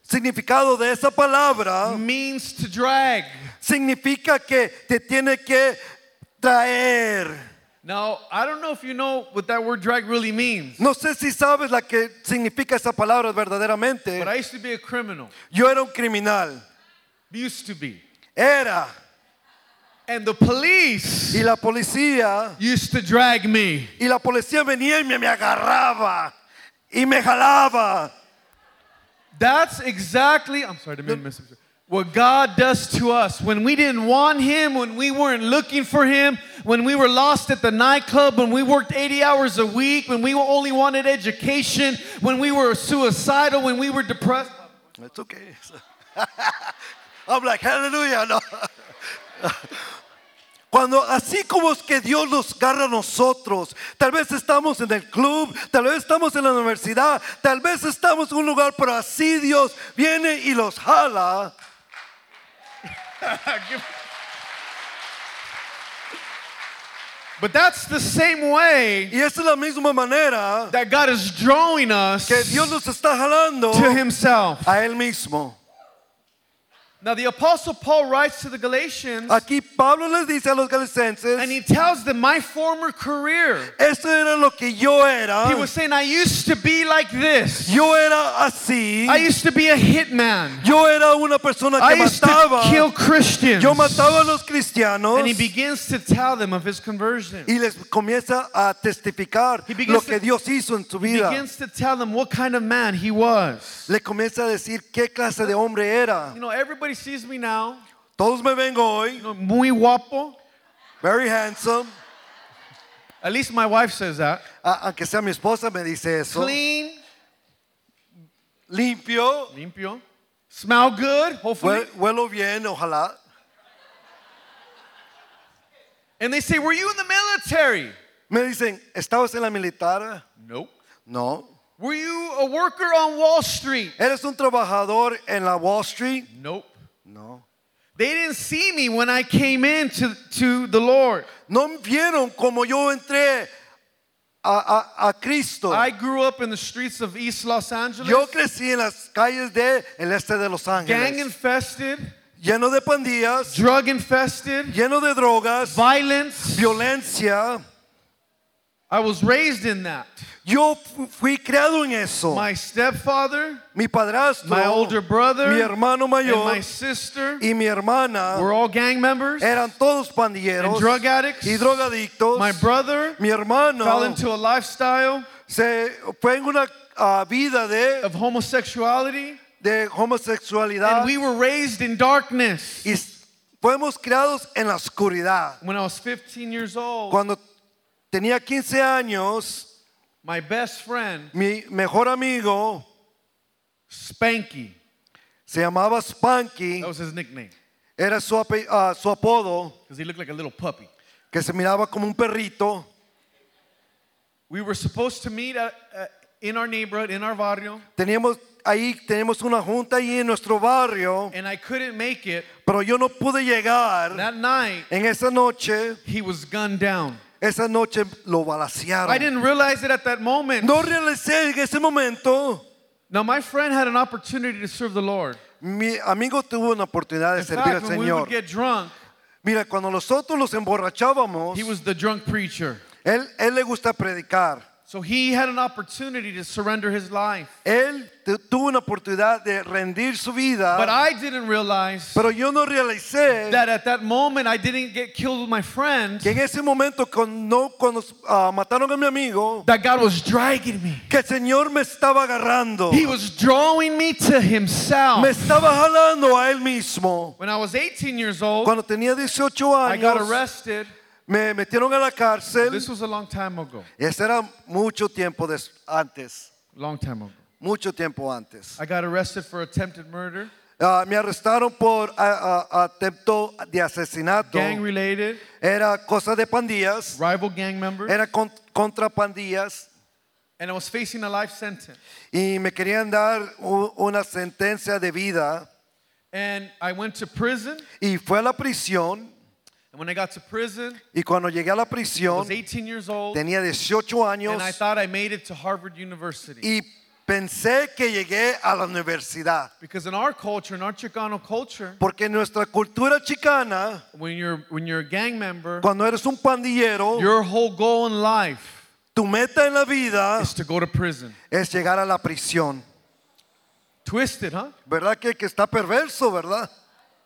[SPEAKER 2] significado de esa palabra
[SPEAKER 1] means to drag.
[SPEAKER 2] significa que te tiene que traer.
[SPEAKER 1] Now, I don't know if you know what that word drag really means,
[SPEAKER 2] No sé si sabes la que significa esa palabra verdaderamente.
[SPEAKER 1] but I used to be a criminal.
[SPEAKER 2] Yo era un criminal.
[SPEAKER 1] Used to be.
[SPEAKER 2] Era.
[SPEAKER 1] And the police
[SPEAKER 2] Y la policía,
[SPEAKER 1] used to drag me.
[SPEAKER 2] y la policía venía y me, me agarraba y me jalaba.
[SPEAKER 1] That's exactly, I'm sorry to make a mess. What God does to us when we didn't want Him, when we weren't looking for Him, when we were lost at the nightclub, when we worked 80 hours a week, when we only wanted education, when we were suicidal, when we were depressed.
[SPEAKER 2] It's okay. *laughs* I'm like, hallelujah. no. *laughs* Cuando así como es que Dios nos agarra a nosotros, tal vez estamos en el club, tal vez estamos en la universidad, tal vez estamos en un lugar, pero así Dios viene y los jala.
[SPEAKER 1] But that's the same way
[SPEAKER 2] Y esa es la misma manera
[SPEAKER 1] that God is drawing us
[SPEAKER 2] que Dios
[SPEAKER 1] to
[SPEAKER 2] nos está jalando
[SPEAKER 1] Himself.
[SPEAKER 2] a Él mismo.
[SPEAKER 1] Now, the Apostle Paul writes to the Galatians
[SPEAKER 2] Aquí Pablo les dice a los
[SPEAKER 1] and he
[SPEAKER 2] galicenses,
[SPEAKER 1] tells them, My former career.
[SPEAKER 2] esto era lo que yo era.
[SPEAKER 1] He was saying, I used to be like this.
[SPEAKER 2] Yo era así.
[SPEAKER 1] I used to be a hitman.
[SPEAKER 2] Yo era una persona
[SPEAKER 1] I
[SPEAKER 2] que
[SPEAKER 1] used to
[SPEAKER 2] mataba.
[SPEAKER 1] kill Christians.
[SPEAKER 2] Yo mataba a los cristianos.
[SPEAKER 1] And he begins to tell them of his conversion.
[SPEAKER 2] Y les comienza a testificar
[SPEAKER 1] He begins
[SPEAKER 2] lo
[SPEAKER 1] to-
[SPEAKER 2] que Dios hizo en su
[SPEAKER 1] He
[SPEAKER 2] vida.
[SPEAKER 1] begins to tell them what kind of man he was.
[SPEAKER 2] Le comienza a decir qué clase de hombre era.
[SPEAKER 1] You know, everybody sees me now.
[SPEAKER 2] Todos me ven hoy,
[SPEAKER 1] You know, muy guapo.
[SPEAKER 2] very handsome,
[SPEAKER 1] At least my wife says that.
[SPEAKER 2] a- aunque sea mi esposa me dice eso.
[SPEAKER 1] Clean,
[SPEAKER 2] Limpio,
[SPEAKER 1] limpio. Smell good, hopefully.
[SPEAKER 2] hue- huelo bien, ojalá.
[SPEAKER 1] And they say, Were you in the military?
[SPEAKER 2] Me dicen, ¿estabas en la militar?
[SPEAKER 1] Nope.
[SPEAKER 2] No.
[SPEAKER 1] Were you a worker on Wall Street?
[SPEAKER 2] ¿Eres un trabajador en la Wall Street?
[SPEAKER 1] Nope.
[SPEAKER 2] No.
[SPEAKER 1] They didn't see me when I came in to, to the Lord.
[SPEAKER 2] No vieron como yo entré a, a- a Cristo.
[SPEAKER 1] I grew up in the streets of East Los Angeles,
[SPEAKER 2] Yo crecí en las calles del el este de Los
[SPEAKER 1] gang
[SPEAKER 2] Ángeles,
[SPEAKER 1] infested,
[SPEAKER 2] lleno de pandillas,
[SPEAKER 1] drug infested,
[SPEAKER 2] lleno de drogas,
[SPEAKER 1] violence,
[SPEAKER 2] violencia.
[SPEAKER 1] I was raised in that.
[SPEAKER 2] Yo fu- fui creado en eso.
[SPEAKER 1] My stepfather,
[SPEAKER 2] mi padrastro,
[SPEAKER 1] my older brother,
[SPEAKER 2] mi hermano
[SPEAKER 1] and
[SPEAKER 2] mayor
[SPEAKER 1] my sister
[SPEAKER 2] y mi hermana
[SPEAKER 1] were all gang members.
[SPEAKER 2] eran todos
[SPEAKER 1] and
[SPEAKER 2] pandilleros
[SPEAKER 1] drug addicts.
[SPEAKER 2] y drogadictos.
[SPEAKER 1] My brother
[SPEAKER 2] mi hermano
[SPEAKER 1] fell into a lifestyle
[SPEAKER 2] se fue en una ah, vida de,
[SPEAKER 1] of homosexuality,
[SPEAKER 2] de
[SPEAKER 1] and
[SPEAKER 2] homosexualidad
[SPEAKER 1] we were raised in darkness.
[SPEAKER 2] y s- fuimos creados en la oscuridad.
[SPEAKER 1] When I was 15 years old,
[SPEAKER 2] Cuando tenía 15 años,
[SPEAKER 1] my best friend,
[SPEAKER 2] mi mejor amigo
[SPEAKER 1] Spanky,
[SPEAKER 2] se llamaba Spanky,
[SPEAKER 1] that was his nickname,
[SPEAKER 2] era su, ape- ah, su apodo,
[SPEAKER 1] because he looked like a little puppy.
[SPEAKER 2] que se miraba como un perrito.
[SPEAKER 1] We were supposed to meet at, at- in our neighborhood, in our barrio,
[SPEAKER 2] Teníamos ahí tenemos una junta ahí en nuestro barrio,
[SPEAKER 1] and I couldn't make it.
[SPEAKER 2] pero yo no pude llegar.
[SPEAKER 1] That night,
[SPEAKER 2] En esa noche,
[SPEAKER 1] he was gunned down.
[SPEAKER 2] esa noche lo
[SPEAKER 1] I
[SPEAKER 2] balacearon.
[SPEAKER 1] didn't realize it at that moment.
[SPEAKER 2] No realicé en ese momento.
[SPEAKER 1] Now, my friend had an opportunity to serve the Lord.
[SPEAKER 2] Mi amigo tuvo una oportunidad de
[SPEAKER 1] In
[SPEAKER 2] servir
[SPEAKER 1] fact,
[SPEAKER 2] al
[SPEAKER 1] when we would
[SPEAKER 2] Señor.
[SPEAKER 1] get drunk,
[SPEAKER 2] Mira, cuando nosotros los emborrachábamos,
[SPEAKER 1] he was the drunk preacher.
[SPEAKER 2] él, él le gusta predicar.
[SPEAKER 1] So he had an opportunity to surrender his life.
[SPEAKER 2] Él tu- tuvo una oportunidad de rendir su
[SPEAKER 1] But
[SPEAKER 2] vida,
[SPEAKER 1] I didn't realize
[SPEAKER 2] pero yo no realicé
[SPEAKER 1] that at that moment I didn't get killed with my friends,
[SPEAKER 2] que en ese momento con- no- cuando ah, mataron a mi amigo,
[SPEAKER 1] that God was dragging me.
[SPEAKER 2] que el Señor me estaba agarrando.
[SPEAKER 1] He was drawing me to himself.
[SPEAKER 2] Me estaba jalando a él mismo.
[SPEAKER 1] When I was 18 years old,
[SPEAKER 2] Cuando tenía 18
[SPEAKER 1] I got
[SPEAKER 2] años,
[SPEAKER 1] arrested.
[SPEAKER 2] me metieron a la cárcel.
[SPEAKER 1] This was a long time ago.
[SPEAKER 2] Ese era mucho tiempo des- antes,
[SPEAKER 1] Long time ago.
[SPEAKER 2] mucho tiempo antes.
[SPEAKER 1] I got arrested for attempted murder,
[SPEAKER 2] Ah, me arrestaron por ah, ah, atento de asesinato.
[SPEAKER 1] gang related,
[SPEAKER 2] Era cosa de pandillas,
[SPEAKER 1] rival gang members,
[SPEAKER 2] era con- contra pandillas
[SPEAKER 1] and I was facing a life sentence.
[SPEAKER 2] y me querían dar u- una sentencia de vida
[SPEAKER 1] And I went to prison,
[SPEAKER 2] y fue a la prisión
[SPEAKER 1] and when I got to prison,
[SPEAKER 2] y cuando llegué a la
[SPEAKER 1] I
[SPEAKER 2] prisión
[SPEAKER 1] was 18 years old.
[SPEAKER 2] tenía 18 años
[SPEAKER 1] And I thought I made it to Harvard University.
[SPEAKER 2] y pensé que llegué a la universidad
[SPEAKER 1] Because in our culture, in our Chicano culture,
[SPEAKER 2] porque en nuestra cultura chicana
[SPEAKER 1] when you're when you're a gang member,
[SPEAKER 2] cuando eres un pandillero
[SPEAKER 1] your whole goal in life
[SPEAKER 2] tu meta en la vida
[SPEAKER 1] is to go to prison.
[SPEAKER 2] es llegar a la prisión
[SPEAKER 1] Twisted, huh?
[SPEAKER 2] verdad que, que está perverso verdad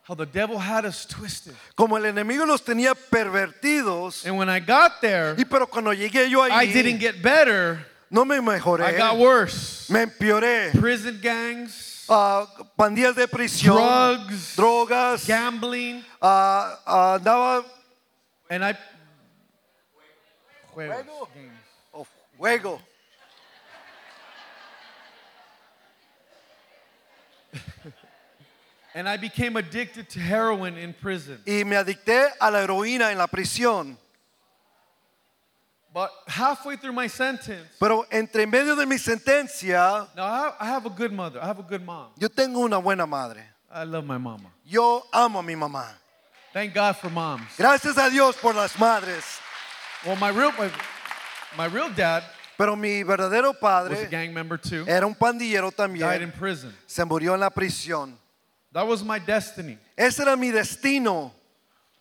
[SPEAKER 1] How the devil had us twisted.
[SPEAKER 2] como el enemigo los tenía pervertidos
[SPEAKER 1] And when I got there,
[SPEAKER 2] y pero cuando llegué yo
[SPEAKER 1] I didn't
[SPEAKER 2] ahí
[SPEAKER 1] get better.
[SPEAKER 2] no me
[SPEAKER 1] I
[SPEAKER 2] mejoré
[SPEAKER 1] got worse.
[SPEAKER 2] me empeoré
[SPEAKER 1] Prison gangs,
[SPEAKER 2] Ah, pandillas de prisión
[SPEAKER 1] Drugs.
[SPEAKER 2] drogas
[SPEAKER 1] gambling,
[SPEAKER 2] ah, ah, andaba
[SPEAKER 1] and I. Juegos,
[SPEAKER 2] Juego.
[SPEAKER 1] games.
[SPEAKER 2] oh, juego
[SPEAKER 1] And I became addicted to heroin in prison.
[SPEAKER 2] y me adicté a la heroína en la prisión
[SPEAKER 1] But halfway through my sentence,
[SPEAKER 2] Pero entre medio de mi sentencia,
[SPEAKER 1] Now, I have, I have a good mother. I have a good mom.
[SPEAKER 2] yo tengo una buena madre.
[SPEAKER 1] I love my mama.
[SPEAKER 2] Yo amo a mi mamá.
[SPEAKER 1] Thank God for moms.
[SPEAKER 2] Gracias a Dios por las madres.
[SPEAKER 1] Well, my real, my, my real dad
[SPEAKER 2] Pero mi verdadero
[SPEAKER 1] was a
[SPEAKER 2] padre
[SPEAKER 1] gang member too.
[SPEAKER 2] era un pandillero
[SPEAKER 1] Died in
[SPEAKER 2] también.
[SPEAKER 1] prison.
[SPEAKER 2] Se murió en la prisión.
[SPEAKER 1] That was my destiny.
[SPEAKER 2] Ese era mi destino.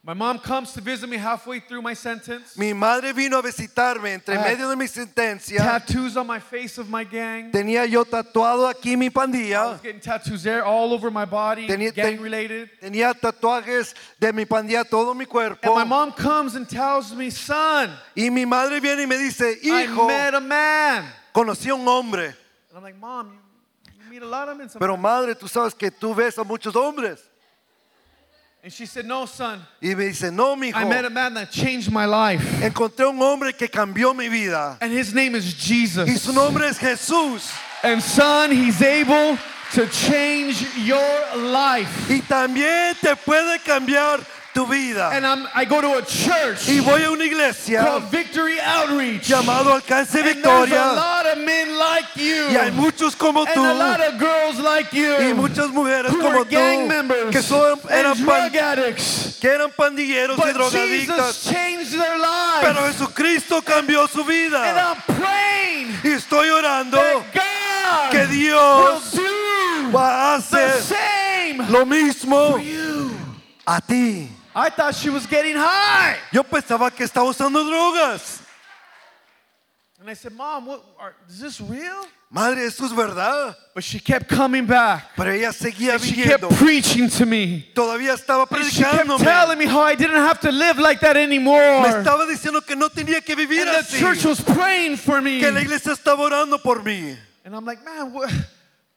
[SPEAKER 1] My mom comes to visit me halfway through my sentence.
[SPEAKER 2] Mi madre vino a visitarme entre
[SPEAKER 1] Ah.
[SPEAKER 2] medio de mi sentencia.
[SPEAKER 1] Tattoos on my face of my gang.
[SPEAKER 2] Tenía yo tatuado aquí mi
[SPEAKER 1] I was
[SPEAKER 2] pandilla.
[SPEAKER 1] getting tattoos there all over my body,
[SPEAKER 2] Tenía,
[SPEAKER 1] gang
[SPEAKER 2] ten-
[SPEAKER 1] related.
[SPEAKER 2] tenía tatuajes de mi pandilla todo mi
[SPEAKER 1] And
[SPEAKER 2] cuerpo.
[SPEAKER 1] my mom comes and tells me, son,
[SPEAKER 2] Y mi madre viene y me dice,
[SPEAKER 1] I
[SPEAKER 2] hijo,
[SPEAKER 1] met a man.
[SPEAKER 2] conocí a un hombre.
[SPEAKER 1] And I'm like, mom, you, you meet a lot of men
[SPEAKER 2] Pero
[SPEAKER 1] sometimes.
[SPEAKER 2] madre, tú sabes que tú ves a muchos hombres.
[SPEAKER 1] And she said, no, son,
[SPEAKER 2] Y me dice, no, mijo.
[SPEAKER 1] I met a man that changed my life.
[SPEAKER 2] Encontré un hombre que cambió mi vida.
[SPEAKER 1] And his name is Jesus.
[SPEAKER 2] Y su nombre es Jesús.
[SPEAKER 1] And son, he's able to change your life.
[SPEAKER 2] Y también te puede cambiar tu
[SPEAKER 1] And
[SPEAKER 2] vida.
[SPEAKER 1] I'm, I go to a church
[SPEAKER 2] Y voy a una iglesia
[SPEAKER 1] called Victory Outreach.
[SPEAKER 2] llamado Alcance
[SPEAKER 1] And there's a
[SPEAKER 2] Victoria.
[SPEAKER 1] lot of men like you.
[SPEAKER 2] Y hay muchos como
[SPEAKER 1] and
[SPEAKER 2] tú.
[SPEAKER 1] a lot of girls like you.
[SPEAKER 2] Y muchas mujeres
[SPEAKER 1] who
[SPEAKER 2] como
[SPEAKER 1] were gang
[SPEAKER 2] tú.
[SPEAKER 1] members
[SPEAKER 2] Que, son, eran,
[SPEAKER 1] and
[SPEAKER 2] pan-
[SPEAKER 1] drug addicts.
[SPEAKER 2] que eran pandilleros y
[SPEAKER 1] But
[SPEAKER 2] drogadictas.
[SPEAKER 1] Jesus changed their lives.
[SPEAKER 2] Pero Jesucristo cambió su
[SPEAKER 1] and
[SPEAKER 2] vida.
[SPEAKER 1] I'm praying
[SPEAKER 2] Y estoy orando
[SPEAKER 1] that God
[SPEAKER 2] que Dios
[SPEAKER 1] will do
[SPEAKER 2] va a
[SPEAKER 1] the
[SPEAKER 2] hacer
[SPEAKER 1] same.
[SPEAKER 2] lo mismo a ti.
[SPEAKER 1] I thought she was getting high.
[SPEAKER 2] Yo pensaba que estaba usando drogas.
[SPEAKER 1] And I said, Mom, what, are, is this real?
[SPEAKER 2] Madre, esto es verdad.
[SPEAKER 1] But she kept coming back.
[SPEAKER 2] Pero ella seguía
[SPEAKER 1] And she kept
[SPEAKER 2] viniendo.
[SPEAKER 1] preaching to me.
[SPEAKER 2] Todavía estaba
[SPEAKER 1] And she kept
[SPEAKER 2] predicándome.
[SPEAKER 1] telling me how I didn't have to live like that anymore.
[SPEAKER 2] Me
[SPEAKER 1] And
[SPEAKER 2] estaba diciendo que no tenía que vivir
[SPEAKER 1] the
[SPEAKER 2] así.
[SPEAKER 1] church was praying for me.
[SPEAKER 2] Que la iglesia estaba orando por mí.
[SPEAKER 1] And I'm like, man, what?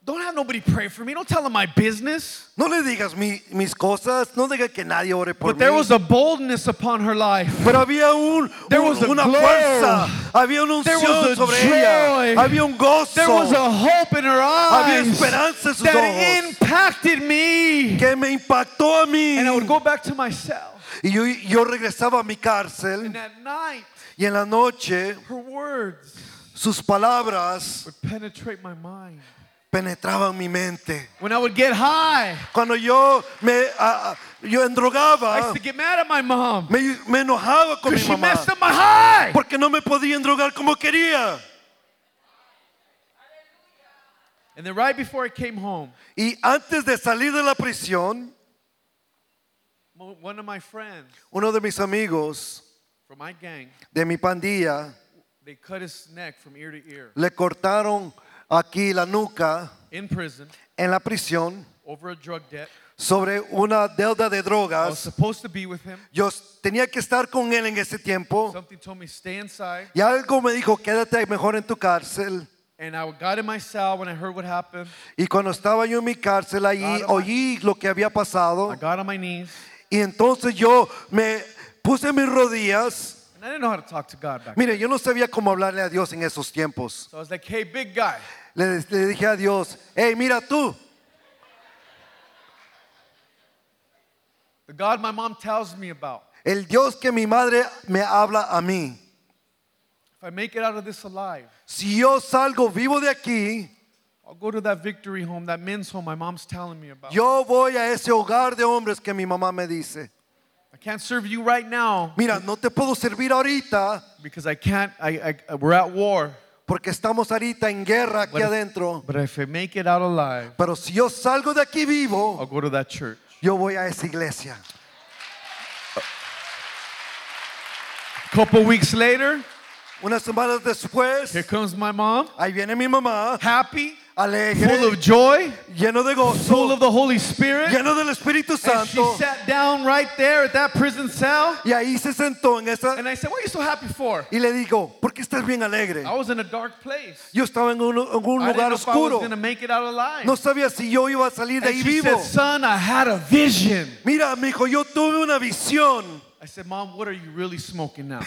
[SPEAKER 1] don't have nobody pray for me. Don't tell them my business.
[SPEAKER 2] No le digas mi- mis cosas. No diga que nadie ore por
[SPEAKER 1] But there
[SPEAKER 2] mí.
[SPEAKER 1] was a boldness upon her life.
[SPEAKER 2] Pero había un,
[SPEAKER 1] There
[SPEAKER 2] un-
[SPEAKER 1] was a
[SPEAKER 2] una
[SPEAKER 1] glow.
[SPEAKER 2] fuerza. Había una
[SPEAKER 1] There was a
[SPEAKER 2] unción sobre ella.
[SPEAKER 1] joy.
[SPEAKER 2] Había un gozo.
[SPEAKER 1] There was a hope in her
[SPEAKER 2] Había
[SPEAKER 1] eyes
[SPEAKER 2] esperanza en sus
[SPEAKER 1] that
[SPEAKER 2] ojos.
[SPEAKER 1] impacted me.
[SPEAKER 2] que me impactó a mí.
[SPEAKER 1] And I would go back to my cell.
[SPEAKER 2] Y yo, yo regresaba a mi
[SPEAKER 1] And
[SPEAKER 2] cárcel
[SPEAKER 1] at night,
[SPEAKER 2] y en la noche
[SPEAKER 1] her words
[SPEAKER 2] sus palabras
[SPEAKER 1] would penetrate my mind.
[SPEAKER 2] penetraban mi mente.
[SPEAKER 1] When I would get high,
[SPEAKER 2] Cuando yo me ah, ah, yo
[SPEAKER 1] I used
[SPEAKER 2] endrogaba,
[SPEAKER 1] to get mad at my mom
[SPEAKER 2] me, me enojaba con mi
[SPEAKER 1] because she
[SPEAKER 2] mamá
[SPEAKER 1] messed up my high.
[SPEAKER 2] porque no me podía endrogar como quería.
[SPEAKER 1] And then right before I came home,
[SPEAKER 2] Y antes de salir de la prisión,
[SPEAKER 1] mo- one of my friends
[SPEAKER 2] uno de mis amigos
[SPEAKER 1] from my gang,
[SPEAKER 2] de mi pandilla
[SPEAKER 1] they cut his neck from ear to ear
[SPEAKER 2] le cortaron aquí la nuca
[SPEAKER 1] in prison
[SPEAKER 2] en la prisión
[SPEAKER 1] over a drug debt.
[SPEAKER 2] sobre una deuda de
[SPEAKER 1] I was
[SPEAKER 2] drogas.
[SPEAKER 1] supposed to be with him.
[SPEAKER 2] Yo tenía que estar con él en ese tiempo.
[SPEAKER 1] Something told me stay inside,
[SPEAKER 2] Y algo me dijo, quédate mejor en tu cárcel.
[SPEAKER 1] and I got in my cell when I heard what happened.
[SPEAKER 2] Y cuando estaba yo en mi cárcel ahí,
[SPEAKER 1] Claro, man.
[SPEAKER 2] oí lo que había pasado.
[SPEAKER 1] I got on my knees,
[SPEAKER 2] Y entonces yo me puse en mis rodillas.
[SPEAKER 1] and I didn't know how to talk to God back. then.
[SPEAKER 2] Mire, yo no sabía cómo hablarle a Dios en esos tiempos.
[SPEAKER 1] So I was like, "Hey, big guy,
[SPEAKER 2] Le, le dije a Dios, hey, mira tú,
[SPEAKER 1] the God my mom tells me about.
[SPEAKER 2] el Dios que mi madre me habla a mí.
[SPEAKER 1] If I make it out of this alive,
[SPEAKER 2] Si yo salgo vivo de aquí,
[SPEAKER 1] I'll go to that victory home, that men's home my mom's telling me about.
[SPEAKER 2] yo voy a ese hogar de hombres que mi mamá me dice.
[SPEAKER 1] I can't serve you right now
[SPEAKER 2] Mira, no te puedo servir ahorita
[SPEAKER 1] because I can't. I, I we're at war.
[SPEAKER 2] porque estamos ahorita en guerra aquí
[SPEAKER 1] But if-
[SPEAKER 2] adentro.
[SPEAKER 1] But if I make it out alive,
[SPEAKER 2] Pero si yo salgo de aquí vivo,
[SPEAKER 1] I'll go to that church.
[SPEAKER 2] yo voy a esa iglesia.
[SPEAKER 1] A couple weeks later,
[SPEAKER 2] Unas semanas después,
[SPEAKER 1] here comes my mom,
[SPEAKER 2] ahí viene mi mamá,
[SPEAKER 1] happy, full of
[SPEAKER 2] alegre,
[SPEAKER 1] joy,
[SPEAKER 2] lleno de
[SPEAKER 1] full of
[SPEAKER 2] gozo,
[SPEAKER 1] the Holy Spirit.
[SPEAKER 2] lleno del Espíritu
[SPEAKER 1] And she
[SPEAKER 2] Santo.
[SPEAKER 1] sat down right there at that prison cell.
[SPEAKER 2] Y ahí se sentó en esa
[SPEAKER 1] And I said, What are you so happy for?
[SPEAKER 2] y le digo, ¿por qué estás bien alegre?
[SPEAKER 1] I was in a dark place.
[SPEAKER 2] Yo estaba en un, en un
[SPEAKER 1] I didn't know
[SPEAKER 2] lugar
[SPEAKER 1] if I was
[SPEAKER 2] oscuro.
[SPEAKER 1] going to make it out alive.
[SPEAKER 2] No sabía si yo iba a salir de
[SPEAKER 1] and
[SPEAKER 2] ahí
[SPEAKER 1] she
[SPEAKER 2] vivo.
[SPEAKER 1] said, Son, I had a vision.
[SPEAKER 2] Mira, mi hijo, yo tuve una visión.
[SPEAKER 1] I said, Mom, what are you really smoking now?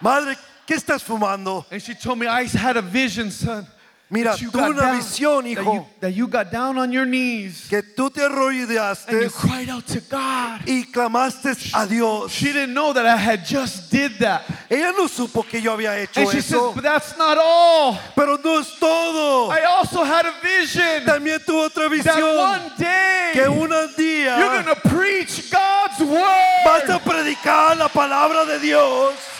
[SPEAKER 2] Madre, ¿qué estás fumando?
[SPEAKER 1] *laughs* and she told me, I had a vision, son.
[SPEAKER 2] Mira,
[SPEAKER 1] that you
[SPEAKER 2] tuve
[SPEAKER 1] got
[SPEAKER 2] una
[SPEAKER 1] down-
[SPEAKER 2] visión,
[SPEAKER 1] that
[SPEAKER 2] hijo.
[SPEAKER 1] you- that you got down on your knees
[SPEAKER 2] Que tú te
[SPEAKER 1] and you
[SPEAKER 2] arrodillaste
[SPEAKER 1] cried out to God.
[SPEAKER 2] y clamaste a Dios.
[SPEAKER 1] She didn't know that I had just did that.
[SPEAKER 2] Ella no supo que yo había hecho
[SPEAKER 1] And she
[SPEAKER 2] eso.
[SPEAKER 1] says, but that's not all.
[SPEAKER 2] Pero no es todo.
[SPEAKER 1] I also had a vision
[SPEAKER 2] También tuvo otra
[SPEAKER 1] that
[SPEAKER 2] visión
[SPEAKER 1] one day
[SPEAKER 2] que un
[SPEAKER 1] you're
[SPEAKER 2] día
[SPEAKER 1] going to preach God's
[SPEAKER 2] vas a
[SPEAKER 1] word.
[SPEAKER 2] predicar la palabra de Dios.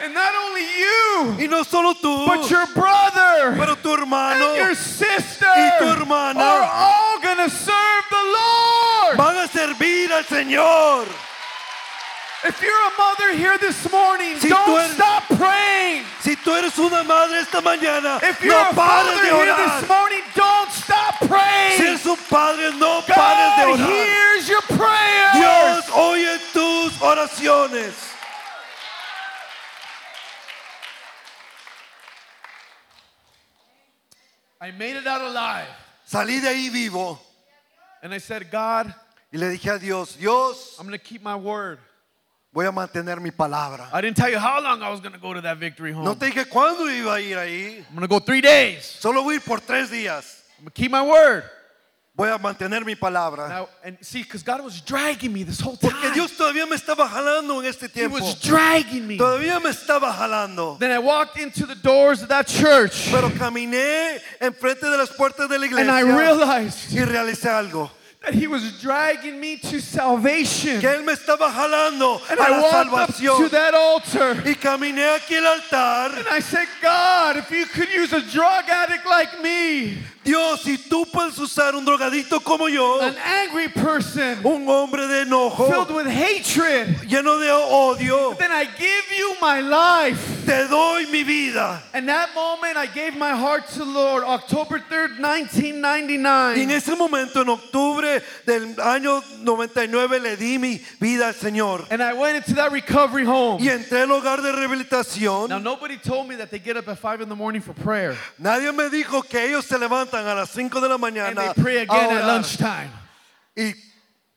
[SPEAKER 1] And not only you,
[SPEAKER 2] Y no solo tú,
[SPEAKER 1] but your brother
[SPEAKER 2] pero tu hermano
[SPEAKER 1] and your sister
[SPEAKER 2] y tu hermana
[SPEAKER 1] are all going to serve the Lord.
[SPEAKER 2] van a servir al Señor.
[SPEAKER 1] If you're a mother here this morning,
[SPEAKER 2] Si tú
[SPEAKER 1] don't
[SPEAKER 2] eres-
[SPEAKER 1] stop praying.
[SPEAKER 2] Si tú eres una madre esta mañana,
[SPEAKER 1] If you're
[SPEAKER 2] no
[SPEAKER 1] a
[SPEAKER 2] pares
[SPEAKER 1] father
[SPEAKER 2] de
[SPEAKER 1] here this
[SPEAKER 2] orar.
[SPEAKER 1] morning, don't stop
[SPEAKER 2] Si
[SPEAKER 1] praying.
[SPEAKER 2] eres un padre, no pares de
[SPEAKER 1] God
[SPEAKER 2] orar.
[SPEAKER 1] hears your prayers.
[SPEAKER 2] Dios oye tus oraciones.
[SPEAKER 1] I made it out alive.
[SPEAKER 2] Salí de ahí vivo
[SPEAKER 1] And I said, God,
[SPEAKER 2] y le dije a Dios, Dios,
[SPEAKER 1] I'm going to keep my word.
[SPEAKER 2] voy a mantener mi palabra.
[SPEAKER 1] I didn't tell you how long I was going to go to that victory home.
[SPEAKER 2] No te dije cuándo iba a ir ahí.
[SPEAKER 1] I'm going to go three days.
[SPEAKER 2] Solo voy a ir por tres días.
[SPEAKER 1] I'm going to keep my word.
[SPEAKER 2] Voy a mantener mi palabra.
[SPEAKER 1] Now, and see, because God was dragging me this whole
[SPEAKER 2] Porque
[SPEAKER 1] time.
[SPEAKER 2] Dios todavía me estaba jalando en este
[SPEAKER 1] he
[SPEAKER 2] tiempo.
[SPEAKER 1] was dragging me.
[SPEAKER 2] Todavía me estaba jalando.
[SPEAKER 1] Then I walked into the doors of that church
[SPEAKER 2] Pero caminé enfrente de las puertas de la
[SPEAKER 1] and I
[SPEAKER 2] iglesia
[SPEAKER 1] realized
[SPEAKER 2] y realicé algo.
[SPEAKER 1] that He was dragging me to salvation.
[SPEAKER 2] Que Él me estaba jalando
[SPEAKER 1] And
[SPEAKER 2] a
[SPEAKER 1] I
[SPEAKER 2] la
[SPEAKER 1] walked up to
[SPEAKER 2] salvación.
[SPEAKER 1] that altar.
[SPEAKER 2] Y caminé aquí al altar.
[SPEAKER 1] And I said, God, if you could use a drug addict like me
[SPEAKER 2] Dios, si tú puedes usar un drogadicto como yo,
[SPEAKER 1] an angry person
[SPEAKER 2] un hombre de enojo,
[SPEAKER 1] filled with hatred,
[SPEAKER 2] lleno de odio,
[SPEAKER 1] then I give you my life.
[SPEAKER 2] te doy mi vida.
[SPEAKER 1] And that moment, I gave my heart to the Lord. October 3rd,
[SPEAKER 2] Y en
[SPEAKER 1] 1999.
[SPEAKER 2] ese momento, en octubre del año 99, le di mi vida al Señor.
[SPEAKER 1] And I went into that recovery home.
[SPEAKER 2] Y entré al hogar de
[SPEAKER 1] Now,
[SPEAKER 2] rehabilitación.
[SPEAKER 1] nobody told me that they get up at 5 in the morning for prayer.
[SPEAKER 2] Nadie me dijo que ellos se levantan a las 5 de la
[SPEAKER 1] And
[SPEAKER 2] mañana
[SPEAKER 1] they pray
[SPEAKER 2] a
[SPEAKER 1] again at
[SPEAKER 2] orar.
[SPEAKER 1] lunchtime.
[SPEAKER 2] Y,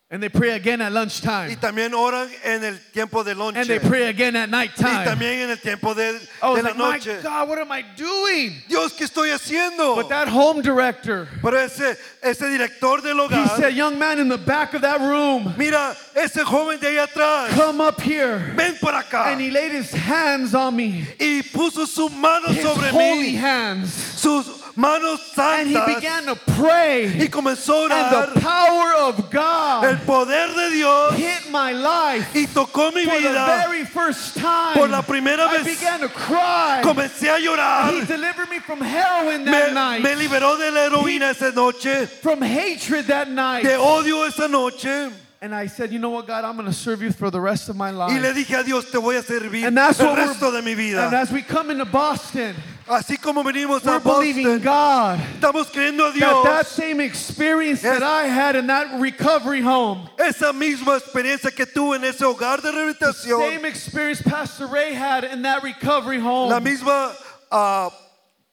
[SPEAKER 1] And they pray again at
[SPEAKER 2] y
[SPEAKER 1] lunchtime.
[SPEAKER 2] también oran en el tiempo de
[SPEAKER 1] And
[SPEAKER 2] lonche.
[SPEAKER 1] they pray again at
[SPEAKER 2] Y
[SPEAKER 1] nighttime.
[SPEAKER 2] también en el tiempo
[SPEAKER 1] I
[SPEAKER 2] de, de
[SPEAKER 1] was
[SPEAKER 2] la
[SPEAKER 1] like, my
[SPEAKER 2] noche. Oh.
[SPEAKER 1] God, what am I doing?
[SPEAKER 2] Dios, ¿qué estoy haciendo?
[SPEAKER 1] But that home director,
[SPEAKER 2] Pero ese, ese director del
[SPEAKER 1] he
[SPEAKER 2] hogar,
[SPEAKER 1] said, young man in the back of that room,
[SPEAKER 2] mira, ese joven de ahí atrás,
[SPEAKER 1] come up here.
[SPEAKER 2] ven para acá.
[SPEAKER 1] And he laid his hands on me,
[SPEAKER 2] Y puso sus manos
[SPEAKER 1] his
[SPEAKER 2] sobre
[SPEAKER 1] holy
[SPEAKER 2] mí,
[SPEAKER 1] hands.
[SPEAKER 2] sus manos
[SPEAKER 1] And he
[SPEAKER 2] santas.
[SPEAKER 1] began to pray.
[SPEAKER 2] Y comenzó a
[SPEAKER 1] And the
[SPEAKER 2] orar.
[SPEAKER 1] power of
[SPEAKER 2] El
[SPEAKER 1] God
[SPEAKER 2] poder de Dios
[SPEAKER 1] hit my life
[SPEAKER 2] y tocó mi
[SPEAKER 1] for the
[SPEAKER 2] vida.
[SPEAKER 1] very first time.
[SPEAKER 2] Por la primera
[SPEAKER 1] I
[SPEAKER 2] vez.
[SPEAKER 1] began to cry.
[SPEAKER 2] Comencé a llorar.
[SPEAKER 1] He delivered me from heroin that
[SPEAKER 2] Me, me
[SPEAKER 1] night,
[SPEAKER 2] liberó de la heroína esa noche,
[SPEAKER 1] from hatred that night.
[SPEAKER 2] de odio esa noche.
[SPEAKER 1] And I said, you know what, God, I'm going to serve you for the rest of my
[SPEAKER 2] Y le
[SPEAKER 1] life.
[SPEAKER 2] dije a Dios, te voy a servir el
[SPEAKER 1] And that's what we're-
[SPEAKER 2] resto de mi
[SPEAKER 1] And
[SPEAKER 2] vida.
[SPEAKER 1] as we come into Boston,
[SPEAKER 2] Así como venimos a
[SPEAKER 1] we're believing
[SPEAKER 2] Boston,
[SPEAKER 1] God
[SPEAKER 2] estamos creyendo a
[SPEAKER 1] that that
[SPEAKER 2] Dios.
[SPEAKER 1] same experience
[SPEAKER 2] Yes.
[SPEAKER 1] that I had in that recovery home,
[SPEAKER 2] Esa misma experiencia que tuve en ese hogar de
[SPEAKER 1] same
[SPEAKER 2] rehabilitación,
[SPEAKER 1] experience Pastor Ray had in that recovery
[SPEAKER 2] la
[SPEAKER 1] home,
[SPEAKER 2] misma ah,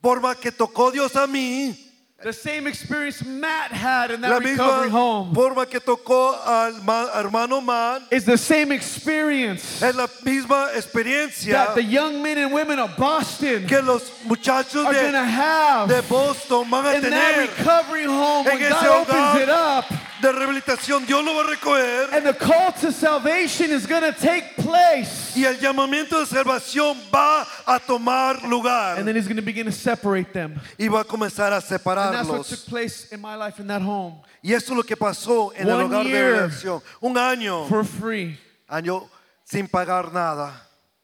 [SPEAKER 2] forma que tocó Dios a mí,
[SPEAKER 1] the same experience Matt had in
[SPEAKER 2] la
[SPEAKER 1] that
[SPEAKER 2] misma
[SPEAKER 1] recovery home,
[SPEAKER 2] forma que tocó al ma- hermano Man,
[SPEAKER 1] is the same experience
[SPEAKER 2] es la misma experiencia
[SPEAKER 1] that the young men and women of Boston
[SPEAKER 2] que los muchachos
[SPEAKER 1] are going to
[SPEAKER 2] de,
[SPEAKER 1] have
[SPEAKER 2] de Boston van a
[SPEAKER 1] in that
[SPEAKER 2] tener
[SPEAKER 1] recovery home when
[SPEAKER 2] en ese
[SPEAKER 1] God
[SPEAKER 2] hogar.
[SPEAKER 1] opens it up.
[SPEAKER 2] de rehabilitación. Dios lo va a recoger
[SPEAKER 1] And the call to salvation is going to take place.
[SPEAKER 2] y el llamamiento de salvación va a tomar
[SPEAKER 1] And
[SPEAKER 2] lugar
[SPEAKER 1] then he's going to begin to separate them.
[SPEAKER 2] y va a comenzar a
[SPEAKER 1] And that's what took
[SPEAKER 2] separarlos.
[SPEAKER 1] place in my life in that home
[SPEAKER 2] Y eso es lo que pasó en el
[SPEAKER 1] One
[SPEAKER 2] hogar de
[SPEAKER 1] year.
[SPEAKER 2] rehabilitación. Un año.
[SPEAKER 1] for free.
[SPEAKER 2] año sin pagar nada.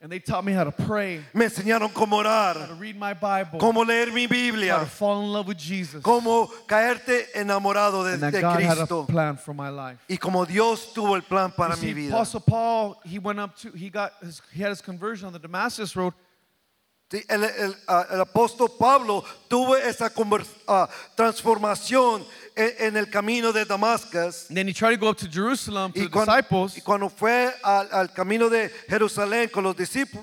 [SPEAKER 1] And they taught me how to pray,
[SPEAKER 2] Me enseñaron cómo
[SPEAKER 1] how to
[SPEAKER 2] orar,
[SPEAKER 1] read my Bible,
[SPEAKER 2] cómo leer mi
[SPEAKER 1] how to
[SPEAKER 2] Biblia,
[SPEAKER 1] fall in love with Jesus.
[SPEAKER 2] cómo caerte enamorado de,
[SPEAKER 1] And that
[SPEAKER 2] de
[SPEAKER 1] God had a
[SPEAKER 2] Cristo
[SPEAKER 1] plan for my life.
[SPEAKER 2] y como Dios tuvo el plan
[SPEAKER 1] You
[SPEAKER 2] para mi
[SPEAKER 1] see,
[SPEAKER 2] vida.
[SPEAKER 1] Apostle Paul, he went up to, he got his, he had his conversion on the Damascus Road.
[SPEAKER 2] Sí, El, el- ah, el apóstol Pablo tuvo esa conver- ah, transformación e, en, en el camino de Damascus
[SPEAKER 1] And then he tried to go up to Jerusalem to
[SPEAKER 2] y
[SPEAKER 1] the
[SPEAKER 2] cuando,
[SPEAKER 1] disciples,
[SPEAKER 2] y cuando fue al, al camino de Jerusalén con los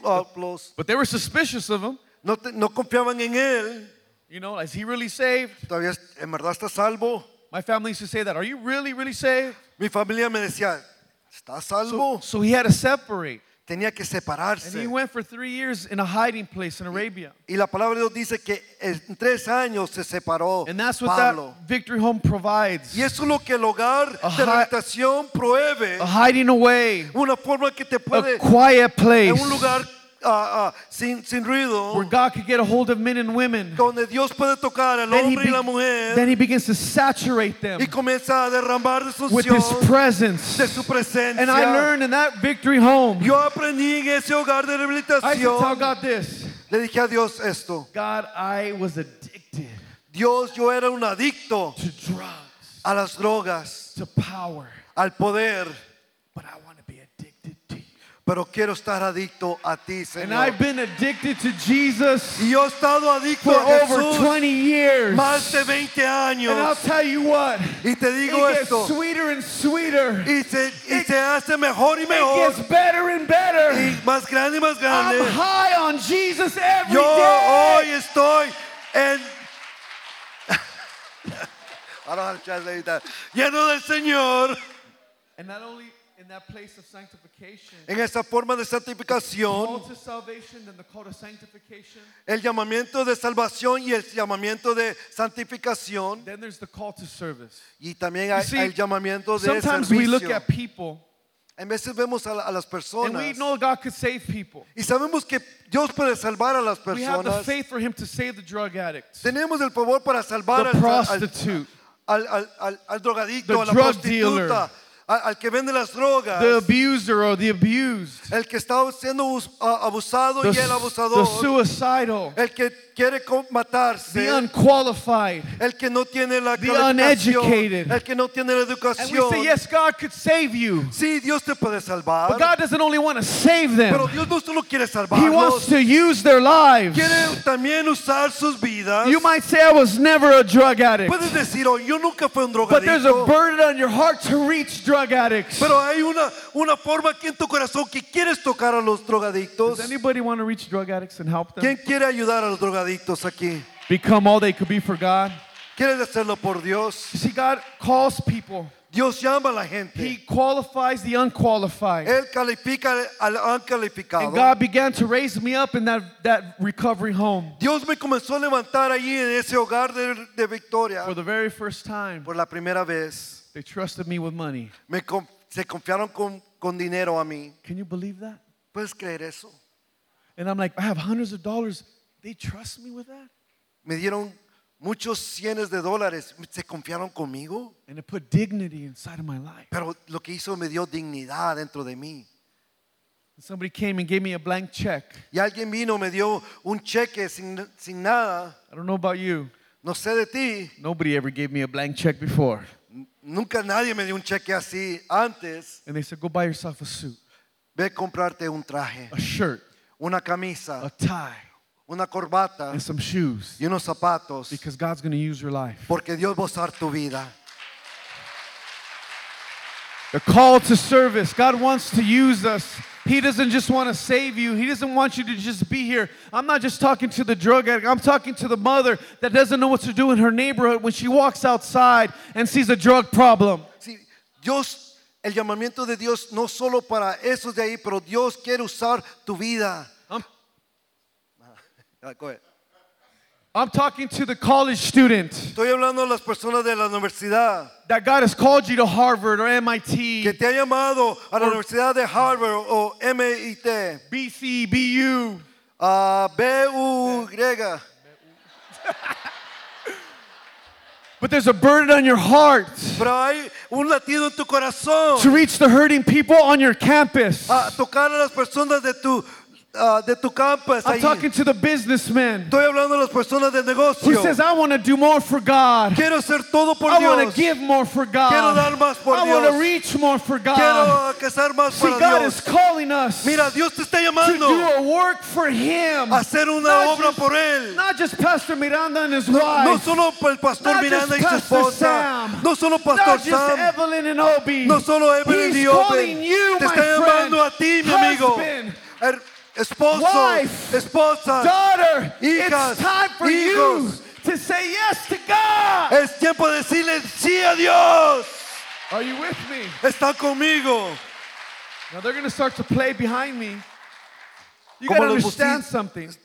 [SPEAKER 2] discípulos,
[SPEAKER 1] but they were suspicious of him.
[SPEAKER 2] no, te- no confiaban en él.
[SPEAKER 1] You know, is he really saved?
[SPEAKER 2] Todavía en verdad está salvo.
[SPEAKER 1] My family used to say that. Are you really, really saved?
[SPEAKER 2] Mi familia me decía, ¿estás
[SPEAKER 1] So,
[SPEAKER 2] salvo?
[SPEAKER 1] so he had to separate.
[SPEAKER 2] Tenía que
[SPEAKER 1] And he
[SPEAKER 2] separarse.
[SPEAKER 1] went for three years in a hiding place in Arabia.
[SPEAKER 2] Y la palabra de Dios dice que en tres años se separó
[SPEAKER 1] And that's what
[SPEAKER 2] Pablo.
[SPEAKER 1] that Victory Home provides
[SPEAKER 2] Y eso es lo que el hogar
[SPEAKER 1] A
[SPEAKER 2] de
[SPEAKER 1] hi-
[SPEAKER 2] rehabilitación provee.
[SPEAKER 1] a hiding away,
[SPEAKER 2] Una forma que te puede,
[SPEAKER 1] a quiet place
[SPEAKER 2] en un lugar ah, ah, sin, sin ruido,
[SPEAKER 1] where God could get a hold of men and women.
[SPEAKER 2] donde Dios puede tocar al
[SPEAKER 1] Then he,
[SPEAKER 2] hombre y la
[SPEAKER 1] be-
[SPEAKER 2] mujer
[SPEAKER 1] then he begins to saturate them
[SPEAKER 2] y comienza a derramar de su
[SPEAKER 1] with his
[SPEAKER 2] unción,
[SPEAKER 1] presence.
[SPEAKER 2] de su presencia.
[SPEAKER 1] And I learned in that Victory Home,
[SPEAKER 2] Yo aprendí en ese hogar de
[SPEAKER 1] I used to tell
[SPEAKER 2] rehabilitación.
[SPEAKER 1] God this
[SPEAKER 2] Le dije a Dios esto.
[SPEAKER 1] God, I was addicted
[SPEAKER 2] Dios, yo era un adicto
[SPEAKER 1] to drugs,
[SPEAKER 2] a las drogas,
[SPEAKER 1] to power,
[SPEAKER 2] al poder,
[SPEAKER 1] but I want to be addicted to you.
[SPEAKER 2] pero quiero estar adicto a ti,
[SPEAKER 1] And
[SPEAKER 2] Señor.
[SPEAKER 1] I've been addicted to Jesus
[SPEAKER 2] Y yo he estado adicto
[SPEAKER 1] for
[SPEAKER 2] a
[SPEAKER 1] over
[SPEAKER 2] Jesús
[SPEAKER 1] 20 years.
[SPEAKER 2] más de 20
[SPEAKER 1] And I'll
[SPEAKER 2] años.
[SPEAKER 1] tell you what,
[SPEAKER 2] Y te
[SPEAKER 1] it
[SPEAKER 2] digo
[SPEAKER 1] gets
[SPEAKER 2] esto,
[SPEAKER 1] sweeter and sweeter.
[SPEAKER 2] y se, y se hace mejor y mejor,
[SPEAKER 1] It gets better and better.
[SPEAKER 2] y más grande y más grande.
[SPEAKER 1] I'm high on Jesus every
[SPEAKER 2] Yo
[SPEAKER 1] day.
[SPEAKER 2] hoy estoy en... *laughs* I don't have a chance to do that. Lleno del Señor
[SPEAKER 1] And not only in that place of sanctification,
[SPEAKER 2] en esa forma de
[SPEAKER 1] call
[SPEAKER 2] santificación,
[SPEAKER 1] to salvation and the call to sanctification,
[SPEAKER 2] el llamamiento de salvación y el llamamiento de santificación.
[SPEAKER 1] then there's the call to service.
[SPEAKER 2] Y también
[SPEAKER 1] You
[SPEAKER 2] hay,
[SPEAKER 1] see,
[SPEAKER 2] hay el llamamiento de
[SPEAKER 1] Sometimes we look
[SPEAKER 2] servicio.
[SPEAKER 1] at people
[SPEAKER 2] En veces vemos a, la- a las
[SPEAKER 1] and we
[SPEAKER 2] personas
[SPEAKER 1] know God could save people.
[SPEAKER 2] y sabemos que Dios puede salvar a las
[SPEAKER 1] We have the
[SPEAKER 2] personas.
[SPEAKER 1] faith for Him to save the drug addict,
[SPEAKER 2] Tenemos el favor para salvar
[SPEAKER 1] the
[SPEAKER 2] al, al,
[SPEAKER 1] prostitute,
[SPEAKER 2] al- al- al- al drogadicto,
[SPEAKER 1] the
[SPEAKER 2] a la
[SPEAKER 1] drug
[SPEAKER 2] prostituta, al, al que vende las drogas,
[SPEAKER 1] the abuser or the abused,
[SPEAKER 2] el que está siendo abus- a- abusado
[SPEAKER 1] the,
[SPEAKER 2] y el
[SPEAKER 1] s- the
[SPEAKER 2] abusador,
[SPEAKER 1] suicidal,
[SPEAKER 2] el que quiere co- matarse,
[SPEAKER 1] the unqualified.
[SPEAKER 2] el que no tiene la
[SPEAKER 1] the
[SPEAKER 2] calificación,
[SPEAKER 1] uneducated.
[SPEAKER 2] el que no tiene la
[SPEAKER 1] And we
[SPEAKER 2] educación.
[SPEAKER 1] say, yes, God could save you.
[SPEAKER 2] Sí, Dios te puede salvar,
[SPEAKER 1] But God doesn't only want to save
[SPEAKER 2] pero
[SPEAKER 1] them,
[SPEAKER 2] Dios no solo quiere
[SPEAKER 1] He wants
[SPEAKER 2] salvarlos,
[SPEAKER 1] to use their lives.
[SPEAKER 2] quiere también usar sus vidas.
[SPEAKER 1] You might say, I was never a drug addict.
[SPEAKER 2] Puedes decir, oh, yo nunca fui un
[SPEAKER 1] But there's a
[SPEAKER 2] drogadicto,
[SPEAKER 1] burden on your heart to reach drug addicts.
[SPEAKER 2] pero hay una, una forma aquí en tu corazón que quieres tocar a los drogadictos.
[SPEAKER 1] Does anybody want to reach drug addicts and help them
[SPEAKER 2] ¿Quién quiere ayudar a los drogadictos aquí?
[SPEAKER 1] become all they could be for God?
[SPEAKER 2] ¿Quieres hacerlo por Dios?
[SPEAKER 1] You see, God calls people.
[SPEAKER 2] Dios llama a la
[SPEAKER 1] He
[SPEAKER 2] gente.
[SPEAKER 1] qualifies the unqualified.
[SPEAKER 2] Él califica al al
[SPEAKER 1] And
[SPEAKER 2] calificado.
[SPEAKER 1] God began to raise me up in that, that recovery home
[SPEAKER 2] Dios me comenzó a levantar allí en ese hogar de, de victoria.
[SPEAKER 1] for the very first time.
[SPEAKER 2] Por la primera vez,
[SPEAKER 1] They trusted me with money.
[SPEAKER 2] me con- se confiaron con, con dinero a mí.
[SPEAKER 1] Can you believe that?
[SPEAKER 2] ¿Puedes creer eso?
[SPEAKER 1] And I'm like, I have hundreds of dollars. They trust me with that?
[SPEAKER 2] Me dieron muchos cienes de dólares. ¿Se confiaron conmigo?
[SPEAKER 1] And it put dignity inside of my life.
[SPEAKER 2] Pero lo que hizo me dio dignidad dentro de mí.
[SPEAKER 1] And somebody came and gave me a blank check.
[SPEAKER 2] Y alguien vino, me dio un cheque sin, sin nada.
[SPEAKER 1] I don't know about you.
[SPEAKER 2] No sé de ti.
[SPEAKER 1] Nobody ever gave me a blank check before.
[SPEAKER 2] Nunca nadie me dio un cheque así antes.
[SPEAKER 1] And they said, go buy yourself a suit,
[SPEAKER 2] Ve a comprarte un traje,
[SPEAKER 1] a shirt,
[SPEAKER 2] una
[SPEAKER 1] a
[SPEAKER 2] camisa,
[SPEAKER 1] tie,
[SPEAKER 2] una corbata
[SPEAKER 1] and Uh, some shoes.
[SPEAKER 2] y unos zapatos.
[SPEAKER 1] Because God's going to use your life.
[SPEAKER 2] Porque Dios va a usar tu vida.
[SPEAKER 1] The call to service. God wants to use us. He doesn't just want to save you. He doesn't want you to just be here. I'm not just talking to the drug addict. I'm talking to the mother that doesn't know what to do in her neighborhood when she walks outside and sees a drug problem.
[SPEAKER 2] Sí, Dios, el llamamiento de Dios no solo para esos de ahí, pero Dios quiere usar tu vida.
[SPEAKER 1] I'm,
[SPEAKER 2] Ah, go ahead.
[SPEAKER 1] I'm talking to the college student
[SPEAKER 2] Estoy hablando a las personas de la universidad
[SPEAKER 1] that God has called you to Harvard or
[SPEAKER 2] que
[SPEAKER 1] MIT,
[SPEAKER 2] te ha llamado a la universidad de Harvard o MIT.
[SPEAKER 1] BC, BU.
[SPEAKER 2] Ah, B-U-Y.
[SPEAKER 1] But there's a burden on your heart
[SPEAKER 2] Pero hay un latido en tu corazón
[SPEAKER 1] to reach the hurting people on your campus.
[SPEAKER 2] a tocar a las personas de tu, ah, de tu campus.
[SPEAKER 1] I'm
[SPEAKER 2] ahí.
[SPEAKER 1] talking to the businessman
[SPEAKER 2] Estoy hablando a las personas de
[SPEAKER 1] who
[SPEAKER 2] negocio.
[SPEAKER 1] says, I want to do more for God.
[SPEAKER 2] Quiero hacer todo por
[SPEAKER 1] I want
[SPEAKER 2] Dios.
[SPEAKER 1] to give more for God.
[SPEAKER 2] Quiero dar más por
[SPEAKER 1] I
[SPEAKER 2] Dios.
[SPEAKER 1] want to reach more for God.
[SPEAKER 2] Quiero casar más
[SPEAKER 1] See,
[SPEAKER 2] para
[SPEAKER 1] God
[SPEAKER 2] Dios.
[SPEAKER 1] is calling us
[SPEAKER 2] Mira, Dios te está
[SPEAKER 1] to do
[SPEAKER 2] llamando
[SPEAKER 1] a work for Him.
[SPEAKER 2] a hacer una
[SPEAKER 1] Not
[SPEAKER 2] obra
[SPEAKER 1] just-
[SPEAKER 2] por Él.
[SPEAKER 1] Not just Pastor Miranda and his
[SPEAKER 2] No
[SPEAKER 1] wife.
[SPEAKER 2] solo por el pastor
[SPEAKER 1] Not
[SPEAKER 2] Miranda y
[SPEAKER 1] just Pastor
[SPEAKER 2] su esposa.
[SPEAKER 1] Sam.
[SPEAKER 2] No solo
[SPEAKER 1] Not
[SPEAKER 2] pastor
[SPEAKER 1] just
[SPEAKER 2] Sam.
[SPEAKER 1] Evelyn and Obi.
[SPEAKER 2] No solo Evelyn
[SPEAKER 1] He's
[SPEAKER 2] y
[SPEAKER 1] calling you,
[SPEAKER 2] Open. Te
[SPEAKER 1] my
[SPEAKER 2] está llamando a ti,
[SPEAKER 1] friend,
[SPEAKER 2] mi amigo.
[SPEAKER 1] husband,
[SPEAKER 2] Her- Esposo,
[SPEAKER 1] Wife.
[SPEAKER 2] esposa.
[SPEAKER 1] daughter.
[SPEAKER 2] Hijas,
[SPEAKER 1] it's time for you
[SPEAKER 2] hijos. Eh.
[SPEAKER 1] to say yes to God.
[SPEAKER 2] Es tiempo de decirle sí a Dios.
[SPEAKER 1] Are you with me?
[SPEAKER 2] Está conmigo.
[SPEAKER 1] Now they're going to start to play behind me. You
[SPEAKER 2] Como
[SPEAKER 1] got to
[SPEAKER 2] los
[SPEAKER 1] understand
[SPEAKER 2] busti-
[SPEAKER 1] something.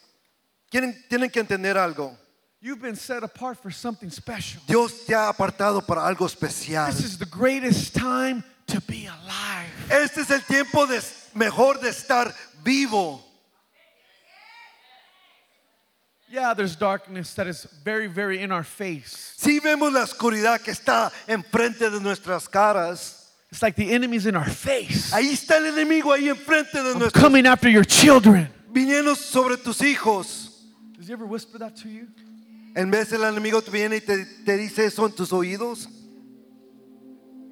[SPEAKER 2] Quieren- tienen que entender algo.
[SPEAKER 1] You've been set apart for something special.
[SPEAKER 2] Dios te ha apartado para algo especial.
[SPEAKER 1] This is the greatest time to be alive.
[SPEAKER 2] Este es el tiempo de- mejor de estar vivo.
[SPEAKER 1] Yeah, there's darkness that is very, very in our face.
[SPEAKER 2] Si vemos la oscuridad que está enfrente de nuestras caras,
[SPEAKER 1] It's like the enemy's in our face.
[SPEAKER 2] ahí está el enemigo ahí enfrente de
[SPEAKER 1] I'm
[SPEAKER 2] nuestros
[SPEAKER 1] coming after your children.
[SPEAKER 2] viniendo sobre tus hijos.
[SPEAKER 1] Does he ever whisper that to you?
[SPEAKER 2] En vez el enemigo te viene y te, te dice eso en tus oídos,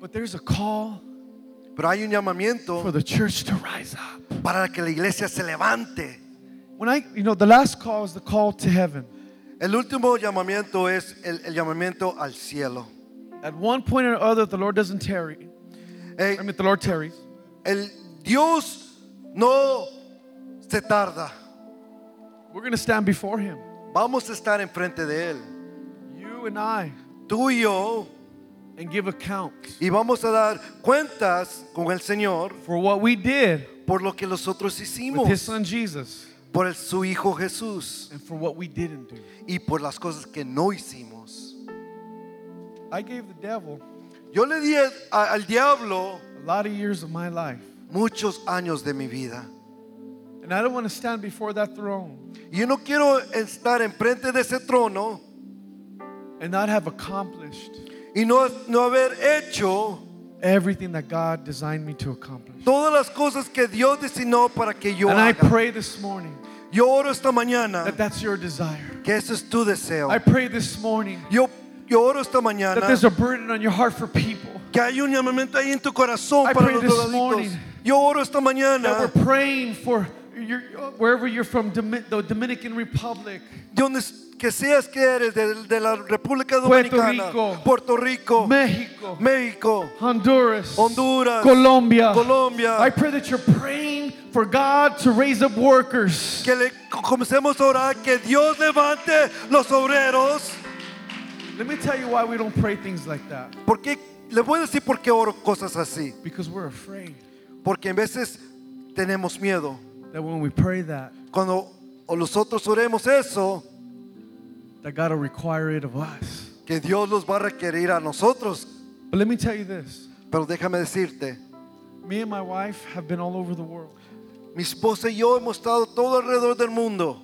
[SPEAKER 1] But there's a call
[SPEAKER 2] pero hay un
[SPEAKER 1] for
[SPEAKER 2] llamamiento
[SPEAKER 1] the church to rise up.
[SPEAKER 2] para que la iglesia se levante.
[SPEAKER 1] When I, you know, the last call is the call to heaven.
[SPEAKER 2] El último llamamiento es el, el llamamiento al cielo.
[SPEAKER 1] At one point or other, the Lord doesn't tarry.
[SPEAKER 2] Eh,
[SPEAKER 1] I mean, the Lord tarries.
[SPEAKER 2] el Dios no se tarda.
[SPEAKER 1] We're going to stand before him.
[SPEAKER 2] Vamos a estar enfrente de él,
[SPEAKER 1] You and I.
[SPEAKER 2] tú y yo,
[SPEAKER 1] And give account
[SPEAKER 2] y vamos a dar cuentas con el Señor
[SPEAKER 1] for what we did
[SPEAKER 2] por lo que nosotros
[SPEAKER 1] with his
[SPEAKER 2] hicimos,
[SPEAKER 1] son Jesus
[SPEAKER 2] por el- su Hijo Jesús
[SPEAKER 1] and for what we didn't do.
[SPEAKER 2] y por las cosas que no hicimos.
[SPEAKER 1] I gave the devil
[SPEAKER 2] Yo le di a- al diablo
[SPEAKER 1] a lot of years of my life.
[SPEAKER 2] muchos años de mi vida.
[SPEAKER 1] And I don't want to stand before that throne
[SPEAKER 2] Y Yo no quiero estar enfrente de ese trono
[SPEAKER 1] and not have accomplished
[SPEAKER 2] y no, no haber hecho
[SPEAKER 1] everything that God designed me to accomplish.
[SPEAKER 2] Todas las cosas que Dios destinó para que yo
[SPEAKER 1] And I
[SPEAKER 2] haga.
[SPEAKER 1] pray this morning
[SPEAKER 2] Yo oro esta mañana
[SPEAKER 1] that that's your desire.
[SPEAKER 2] que ese es tu deseo.
[SPEAKER 1] I pray this morning
[SPEAKER 2] Yo, yo oro esta
[SPEAKER 1] that
[SPEAKER 2] mañana
[SPEAKER 1] there's a burden on your heart for people.
[SPEAKER 2] que hay un llamamiento ahí en tu corazón
[SPEAKER 1] I
[SPEAKER 2] para
[SPEAKER 1] pray
[SPEAKER 2] los
[SPEAKER 1] this
[SPEAKER 2] drogadictos.
[SPEAKER 1] morning
[SPEAKER 2] Yo oro esta
[SPEAKER 1] That
[SPEAKER 2] mañana
[SPEAKER 1] we're praying for your, wherever you're from, Domi- the Dominican Republic,
[SPEAKER 2] de donde s- que seas que eres, de, de la República
[SPEAKER 1] Puerto
[SPEAKER 2] Dominicana,
[SPEAKER 1] Rico.
[SPEAKER 2] Puerto Rico,
[SPEAKER 1] Mexico,
[SPEAKER 2] México,
[SPEAKER 1] Honduras,
[SPEAKER 2] Honduras,
[SPEAKER 1] Colombia.
[SPEAKER 2] Colombia.
[SPEAKER 1] I pray that you're praying for God to raise up workers.
[SPEAKER 2] que le comencemos a orar, que Dios levante los obreros.
[SPEAKER 1] Let me tell you why we don't pray things like that.
[SPEAKER 2] Porque le voy a decir por qué oro cosas así.
[SPEAKER 1] Because we're afraid
[SPEAKER 2] Porque en veces tenemos miedo.
[SPEAKER 1] that when we pray that,
[SPEAKER 2] Cuando o nosotros oremos eso,
[SPEAKER 1] that God will require it of us.
[SPEAKER 2] que Dios los va a requerir a nosotros.
[SPEAKER 1] But let me tell you this.
[SPEAKER 2] Pero déjame decirte,
[SPEAKER 1] Me and my wife have been all over the world,
[SPEAKER 2] mi esposa y yo hemos estado todo alrededor del mundo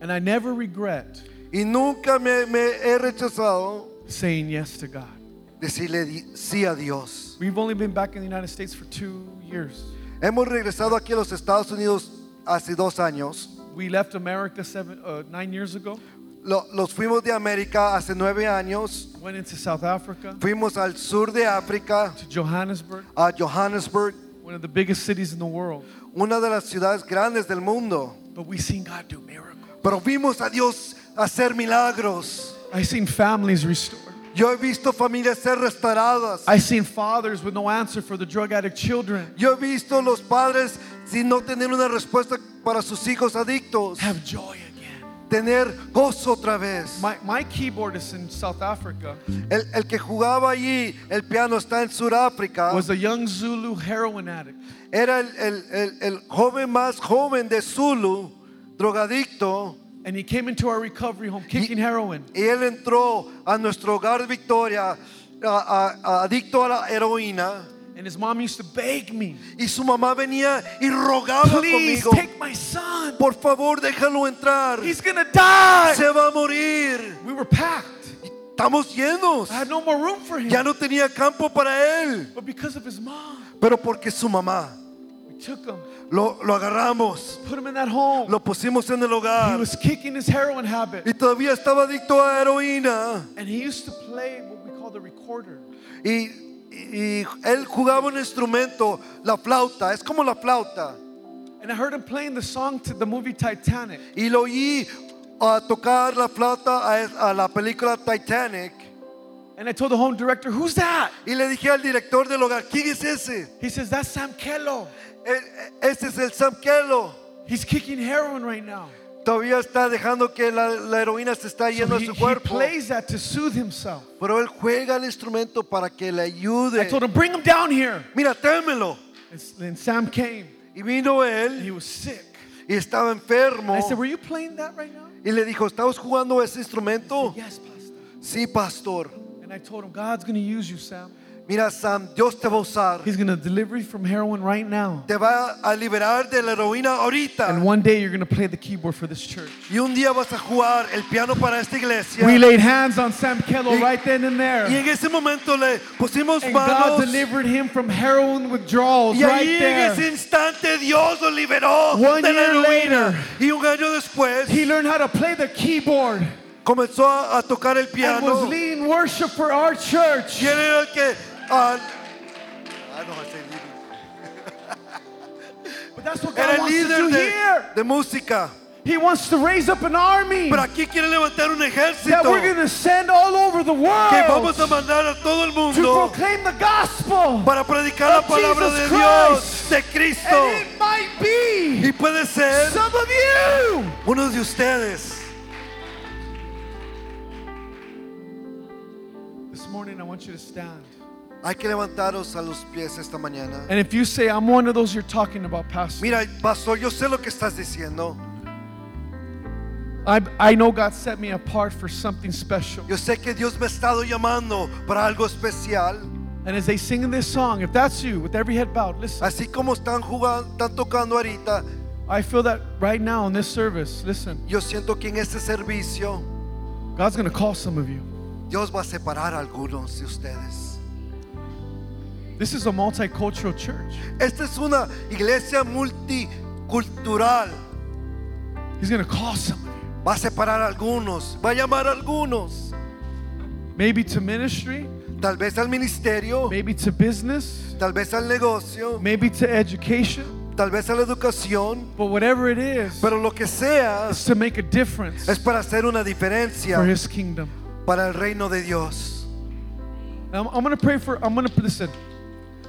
[SPEAKER 1] and I never regret
[SPEAKER 2] y nunca me, me he rechazado
[SPEAKER 1] saying yes to God.
[SPEAKER 2] decirle di- sí a Dios.
[SPEAKER 1] We've only been back in the United States for two years.
[SPEAKER 2] Hemos regresado aquí a los Estados Unidos hace dos años.
[SPEAKER 1] We left America seven, uh, nine years ago,
[SPEAKER 2] Lo- los fuimos de América hace nueve años.
[SPEAKER 1] went into South Africa,
[SPEAKER 2] Fuimos al sur de África,
[SPEAKER 1] to Johannesburg,
[SPEAKER 2] a Johannesburg,
[SPEAKER 1] one of the biggest cities in the world.
[SPEAKER 2] una de las ciudades grandes del mundo.
[SPEAKER 1] But we seen God do miracles.
[SPEAKER 2] Pero vimos a Dios hacer milagros.
[SPEAKER 1] I seen families restored.
[SPEAKER 2] Yo he visto familias ser restauradas.
[SPEAKER 1] I seen fathers with no answer for the drug addict children
[SPEAKER 2] Yo he visto los padres sin no tener una respuesta para sus hijos adictos,
[SPEAKER 1] have joy again.
[SPEAKER 2] tener gozo otra vez.
[SPEAKER 1] My, my keyboardist in South Africa
[SPEAKER 2] El, el que jugaba allí el piano está en Sudáfrica.
[SPEAKER 1] was a young Zulu heroin addict.
[SPEAKER 2] Era el, el- el- el joven más joven de Zulu, drogadicto.
[SPEAKER 1] And he came into our recovery home kicking heroin.
[SPEAKER 2] Y él entró a nuestro hogar de Victoria, a- a- a- adicto a la heroína.
[SPEAKER 1] And his mom used to beg me,
[SPEAKER 2] Y su mamá venía y rogaba
[SPEAKER 1] please
[SPEAKER 2] conmigo,
[SPEAKER 1] take my son.
[SPEAKER 2] por favor déjalo entrar.
[SPEAKER 1] He's gonna die.
[SPEAKER 2] Se va a morir.
[SPEAKER 1] We were packed.
[SPEAKER 2] Estamos llenos.
[SPEAKER 1] I had no more room for
[SPEAKER 2] Ya
[SPEAKER 1] him.
[SPEAKER 2] no tenía campo para él.
[SPEAKER 1] But because of his mom,
[SPEAKER 2] Pero porque su mamá
[SPEAKER 1] we took him,
[SPEAKER 2] lo, lo agarramos,
[SPEAKER 1] put him in that home.
[SPEAKER 2] lo pusimos en el
[SPEAKER 1] He
[SPEAKER 2] hogar
[SPEAKER 1] was kicking his heroin habit.
[SPEAKER 2] y todavía estaba adicto a heroína.
[SPEAKER 1] And he used to play what we call the recorder.
[SPEAKER 2] Y, y- y él jugaba un instrumento, la flauta, es como la flauta.
[SPEAKER 1] And I heard him playing the song to the movie Titanic.
[SPEAKER 2] Y lo oí a tocar la flauta a, a la película Titanic.
[SPEAKER 1] And I told the home director, who's that?
[SPEAKER 2] Y le dije al director del hogar, ¿quién es ese?
[SPEAKER 1] He says, that's Sam Kello.
[SPEAKER 2] E- e- Ese es el Sam Kello.
[SPEAKER 1] He's kicking heroin right now.
[SPEAKER 2] Todavía está dejando que la, la heroína se está
[SPEAKER 1] So
[SPEAKER 2] yendo a
[SPEAKER 1] he,
[SPEAKER 2] su
[SPEAKER 1] he
[SPEAKER 2] cuerpo.
[SPEAKER 1] plays that to soothe himself.
[SPEAKER 2] Pero él juega el instrumento para que le
[SPEAKER 1] I
[SPEAKER 2] ayude.
[SPEAKER 1] told him, bring him down here.
[SPEAKER 2] Mira, tráemelo.
[SPEAKER 1] And s- then Sam came.
[SPEAKER 2] Y vino
[SPEAKER 1] And
[SPEAKER 2] él
[SPEAKER 1] he was sick.
[SPEAKER 2] y estaba enfermo.
[SPEAKER 1] And I said, were you playing that right now?
[SPEAKER 2] Y le dijo, ¿estamos jugando ese instrumento?
[SPEAKER 1] Yes, Pastor.
[SPEAKER 2] Sí, pastor.
[SPEAKER 1] And I told him, God's going to use you, Sam.
[SPEAKER 2] Mira, Sam, Dios te va a usar.
[SPEAKER 1] He's going to deliver you from heroin right now.
[SPEAKER 2] Te va a liberar de la heroína
[SPEAKER 1] And
[SPEAKER 2] ahorita.
[SPEAKER 1] one day you're going to play the keyboard for this church.
[SPEAKER 2] Y un día vas a jugar el piano para esta iglesia.
[SPEAKER 1] We laid hands on Sam Kello
[SPEAKER 2] Y-
[SPEAKER 1] right then and
[SPEAKER 2] Y
[SPEAKER 1] there.
[SPEAKER 2] en ese momento le pusimos
[SPEAKER 1] And God
[SPEAKER 2] manos.
[SPEAKER 1] delivered him from heroin withdrawals
[SPEAKER 2] Y
[SPEAKER 1] right
[SPEAKER 2] ahí en
[SPEAKER 1] there.
[SPEAKER 2] ese instante Dios lo liberó
[SPEAKER 1] One
[SPEAKER 2] de la
[SPEAKER 1] year
[SPEAKER 2] heroína.
[SPEAKER 1] later,
[SPEAKER 2] y un año después
[SPEAKER 1] He learned how to play the keyboard
[SPEAKER 2] comenzó a, a tocar el
[SPEAKER 1] and
[SPEAKER 2] piano.
[SPEAKER 1] was leading worship for our church.
[SPEAKER 2] Y él era el que... ah, ah, no, es el líder.
[SPEAKER 1] But that's what
[SPEAKER 2] Era
[SPEAKER 1] God
[SPEAKER 2] el
[SPEAKER 1] wants to do
[SPEAKER 2] líder de,
[SPEAKER 1] here.
[SPEAKER 2] de música.
[SPEAKER 1] He wants to raise up an army
[SPEAKER 2] Pero aquí quiere levantar un
[SPEAKER 1] that
[SPEAKER 2] ejército
[SPEAKER 1] we're going to send all over the
[SPEAKER 2] que vamos a
[SPEAKER 1] world
[SPEAKER 2] mandar a todo el
[SPEAKER 1] to
[SPEAKER 2] mundo
[SPEAKER 1] proclaim the gospel.
[SPEAKER 2] para predicar la
[SPEAKER 1] of
[SPEAKER 2] palabra
[SPEAKER 1] Jesus
[SPEAKER 2] de
[SPEAKER 1] Christ.
[SPEAKER 2] Dios, de Cristo.
[SPEAKER 1] And it might be
[SPEAKER 2] Y puede ser
[SPEAKER 1] some of you.
[SPEAKER 2] uno de ustedes.
[SPEAKER 1] This morning, I want you to stand.
[SPEAKER 2] Hay que levantaros a los pies esta mañana.
[SPEAKER 1] And if you say, I'm one of those you're talking about, Pastor,
[SPEAKER 2] Mira, pastor, yo sé lo que estás diciendo.
[SPEAKER 1] I, I know God set me apart for something special.
[SPEAKER 2] Yo sé que Dios me ha estado llamando para algo especial.
[SPEAKER 1] And as they sing in this song, if that's you, with every head bowed, listen.
[SPEAKER 2] Así como están jugando, están tocando ahorita,
[SPEAKER 1] I feel that right now in this service, listen,
[SPEAKER 2] yo siento que en este servicio
[SPEAKER 1] God's going to call some of you.
[SPEAKER 2] Dios va a separar a algunos de ustedes.
[SPEAKER 1] This is a multicultural church.
[SPEAKER 2] Esta es una iglesia multicultural.
[SPEAKER 1] He's going to call some of you,
[SPEAKER 2] Va a separar a algunos, va a llamar a algunos.
[SPEAKER 1] maybe to ministry,
[SPEAKER 2] Tal vez al ministerio,
[SPEAKER 1] maybe to business,
[SPEAKER 2] tal vez al negocio,
[SPEAKER 1] maybe to education.
[SPEAKER 2] tal vez a la educación.
[SPEAKER 1] But whatever it is,
[SPEAKER 2] Pero lo que sea
[SPEAKER 1] it's to make a difference
[SPEAKER 2] es para hacer una diferencia
[SPEAKER 1] for His kingdom.
[SPEAKER 2] para el reino de Dios.
[SPEAKER 1] I'm, I'm going to pray for, I'm going to, listen,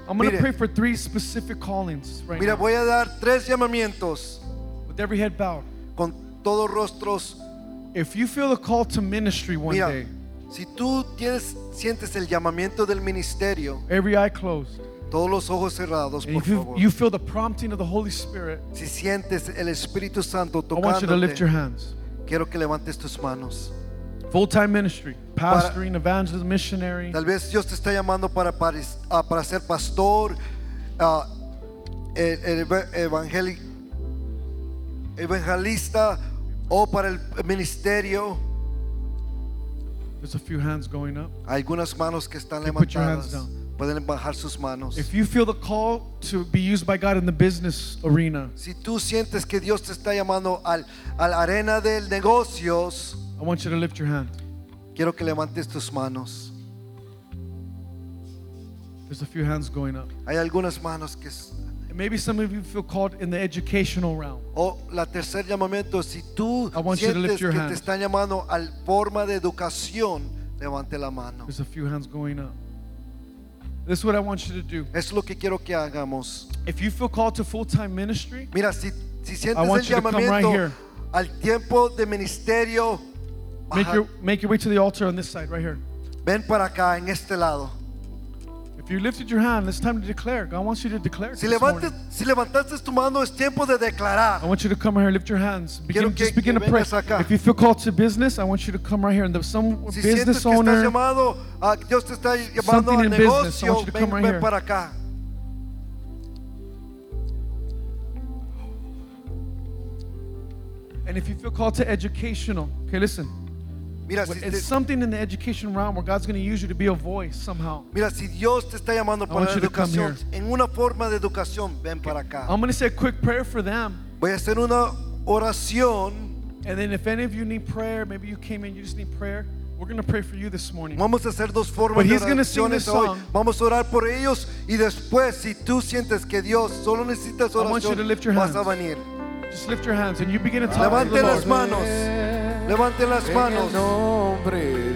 [SPEAKER 1] I'm going to
[SPEAKER 2] Mire.
[SPEAKER 1] pray for three specific callings right
[SPEAKER 2] Mira,
[SPEAKER 1] now,
[SPEAKER 2] voy a dar tres llamamientos
[SPEAKER 1] with every head bowed.
[SPEAKER 2] con todos rostros.
[SPEAKER 1] If you feel the call to ministry one
[SPEAKER 2] Mira,
[SPEAKER 1] day,
[SPEAKER 2] si tú tienes, sientes el llamamiento del ministerio,
[SPEAKER 1] every eye closed,
[SPEAKER 2] todos los ojos cerrados,
[SPEAKER 1] and
[SPEAKER 2] por
[SPEAKER 1] if you,
[SPEAKER 2] favor.
[SPEAKER 1] you feel the prompting of the Holy Spirit,
[SPEAKER 2] Si sientes el Espíritu Santo
[SPEAKER 1] I want you to lift your
[SPEAKER 2] tocándote,
[SPEAKER 1] hands.
[SPEAKER 2] quiero que levantes tus manos.
[SPEAKER 1] Full time ministry, pastoring, evangelist, missionary.
[SPEAKER 2] Tal vez Dios te está llamando para, para, ah, para ser pastor, ah, el- el eva- evangeli- evangelista o para el ministerio.
[SPEAKER 1] There's a few hands going up.
[SPEAKER 2] Algunas manos que están
[SPEAKER 1] You put your hands
[SPEAKER 2] levantadas pueden bajar sus manos.
[SPEAKER 1] If you feel the call to be used by God in the business arena,
[SPEAKER 2] Si tú sientes que Dios te está llamando al, a la arena del negocios,
[SPEAKER 1] I want you to lift your hand.
[SPEAKER 2] quiero que levantes tus manos.
[SPEAKER 1] There's a few hands going up.
[SPEAKER 2] Hay algunas manos que... es-
[SPEAKER 1] And maybe some of you feel called in the educational realm.
[SPEAKER 2] O la tercer llamamiento, si tú
[SPEAKER 1] I want you to
[SPEAKER 2] sientes
[SPEAKER 1] lift your
[SPEAKER 2] que te
[SPEAKER 1] hands.
[SPEAKER 2] están llamando al forma de educación, levante la mano.
[SPEAKER 1] There's a few hands going up. This is what I want you to do.
[SPEAKER 2] Es lo que quiero que hagamos.
[SPEAKER 1] If you feel called to full time ministry,
[SPEAKER 2] Mira, si, si
[SPEAKER 1] I
[SPEAKER 2] sientes
[SPEAKER 1] want
[SPEAKER 2] el
[SPEAKER 1] you to come right
[SPEAKER 2] llamamiento
[SPEAKER 1] here.
[SPEAKER 2] al tiempo de ministerio,
[SPEAKER 1] make
[SPEAKER 2] baja-
[SPEAKER 1] your, make your way to the altar on this side, right here.
[SPEAKER 2] ven para acá, en este lado.
[SPEAKER 1] If you lifted your hand, it's time to declare. God wants you to declare.
[SPEAKER 2] Si,
[SPEAKER 1] this
[SPEAKER 2] levantes,
[SPEAKER 1] morning.
[SPEAKER 2] si levantaste tu mano, es tiempo de
[SPEAKER 1] I
[SPEAKER 2] declarar.
[SPEAKER 1] want you to come right here, lift your hands. Begin,
[SPEAKER 2] Quiero que-
[SPEAKER 1] just begin
[SPEAKER 2] que
[SPEAKER 1] to pray.
[SPEAKER 2] vengas acá.
[SPEAKER 1] If you feel called to business, I want you to come right here. And there's some
[SPEAKER 2] Si sientes
[SPEAKER 1] business
[SPEAKER 2] que estás
[SPEAKER 1] owner,
[SPEAKER 2] llamado, a, Dios te está llamando
[SPEAKER 1] Something
[SPEAKER 2] al
[SPEAKER 1] in business, I
[SPEAKER 2] negocio,
[SPEAKER 1] want you to
[SPEAKER 2] ven,
[SPEAKER 1] come right
[SPEAKER 2] ven
[SPEAKER 1] here.
[SPEAKER 2] para acá.
[SPEAKER 1] and if you feel called to educational, okay, listen.
[SPEAKER 2] Mira, si, te-
[SPEAKER 1] It's something in the education realm where God's going to use you to be a voice somehow.
[SPEAKER 2] mira, si Dios te está llamando para
[SPEAKER 1] want
[SPEAKER 2] la
[SPEAKER 1] you to come
[SPEAKER 2] educación, en una forma de educación, ven para acá.
[SPEAKER 1] I'm going to say a quick prayer for them.
[SPEAKER 2] Voy a hacer una oración.
[SPEAKER 1] And then if any of you need prayer, maybe you came in, you just need prayer, we're going to pray for you this morning.
[SPEAKER 2] Vamos a hacer dos
[SPEAKER 1] But
[SPEAKER 2] formas de
[SPEAKER 1] he's gonna sing
[SPEAKER 2] oraciones
[SPEAKER 1] this
[SPEAKER 2] hoy.
[SPEAKER 1] song.
[SPEAKER 2] Vamos a orar por ellos y después, si tú sientes que Dios solo necesitas
[SPEAKER 1] want you to
[SPEAKER 2] oración,
[SPEAKER 1] lift your
[SPEAKER 2] vas a
[SPEAKER 1] hands.
[SPEAKER 2] venir.
[SPEAKER 1] Just lift your hands and you begin to talk to
[SPEAKER 2] Levanten
[SPEAKER 1] the
[SPEAKER 2] las
[SPEAKER 1] Lord.
[SPEAKER 2] manos. Levanten las
[SPEAKER 7] En el
[SPEAKER 2] manos.
[SPEAKER 7] nombre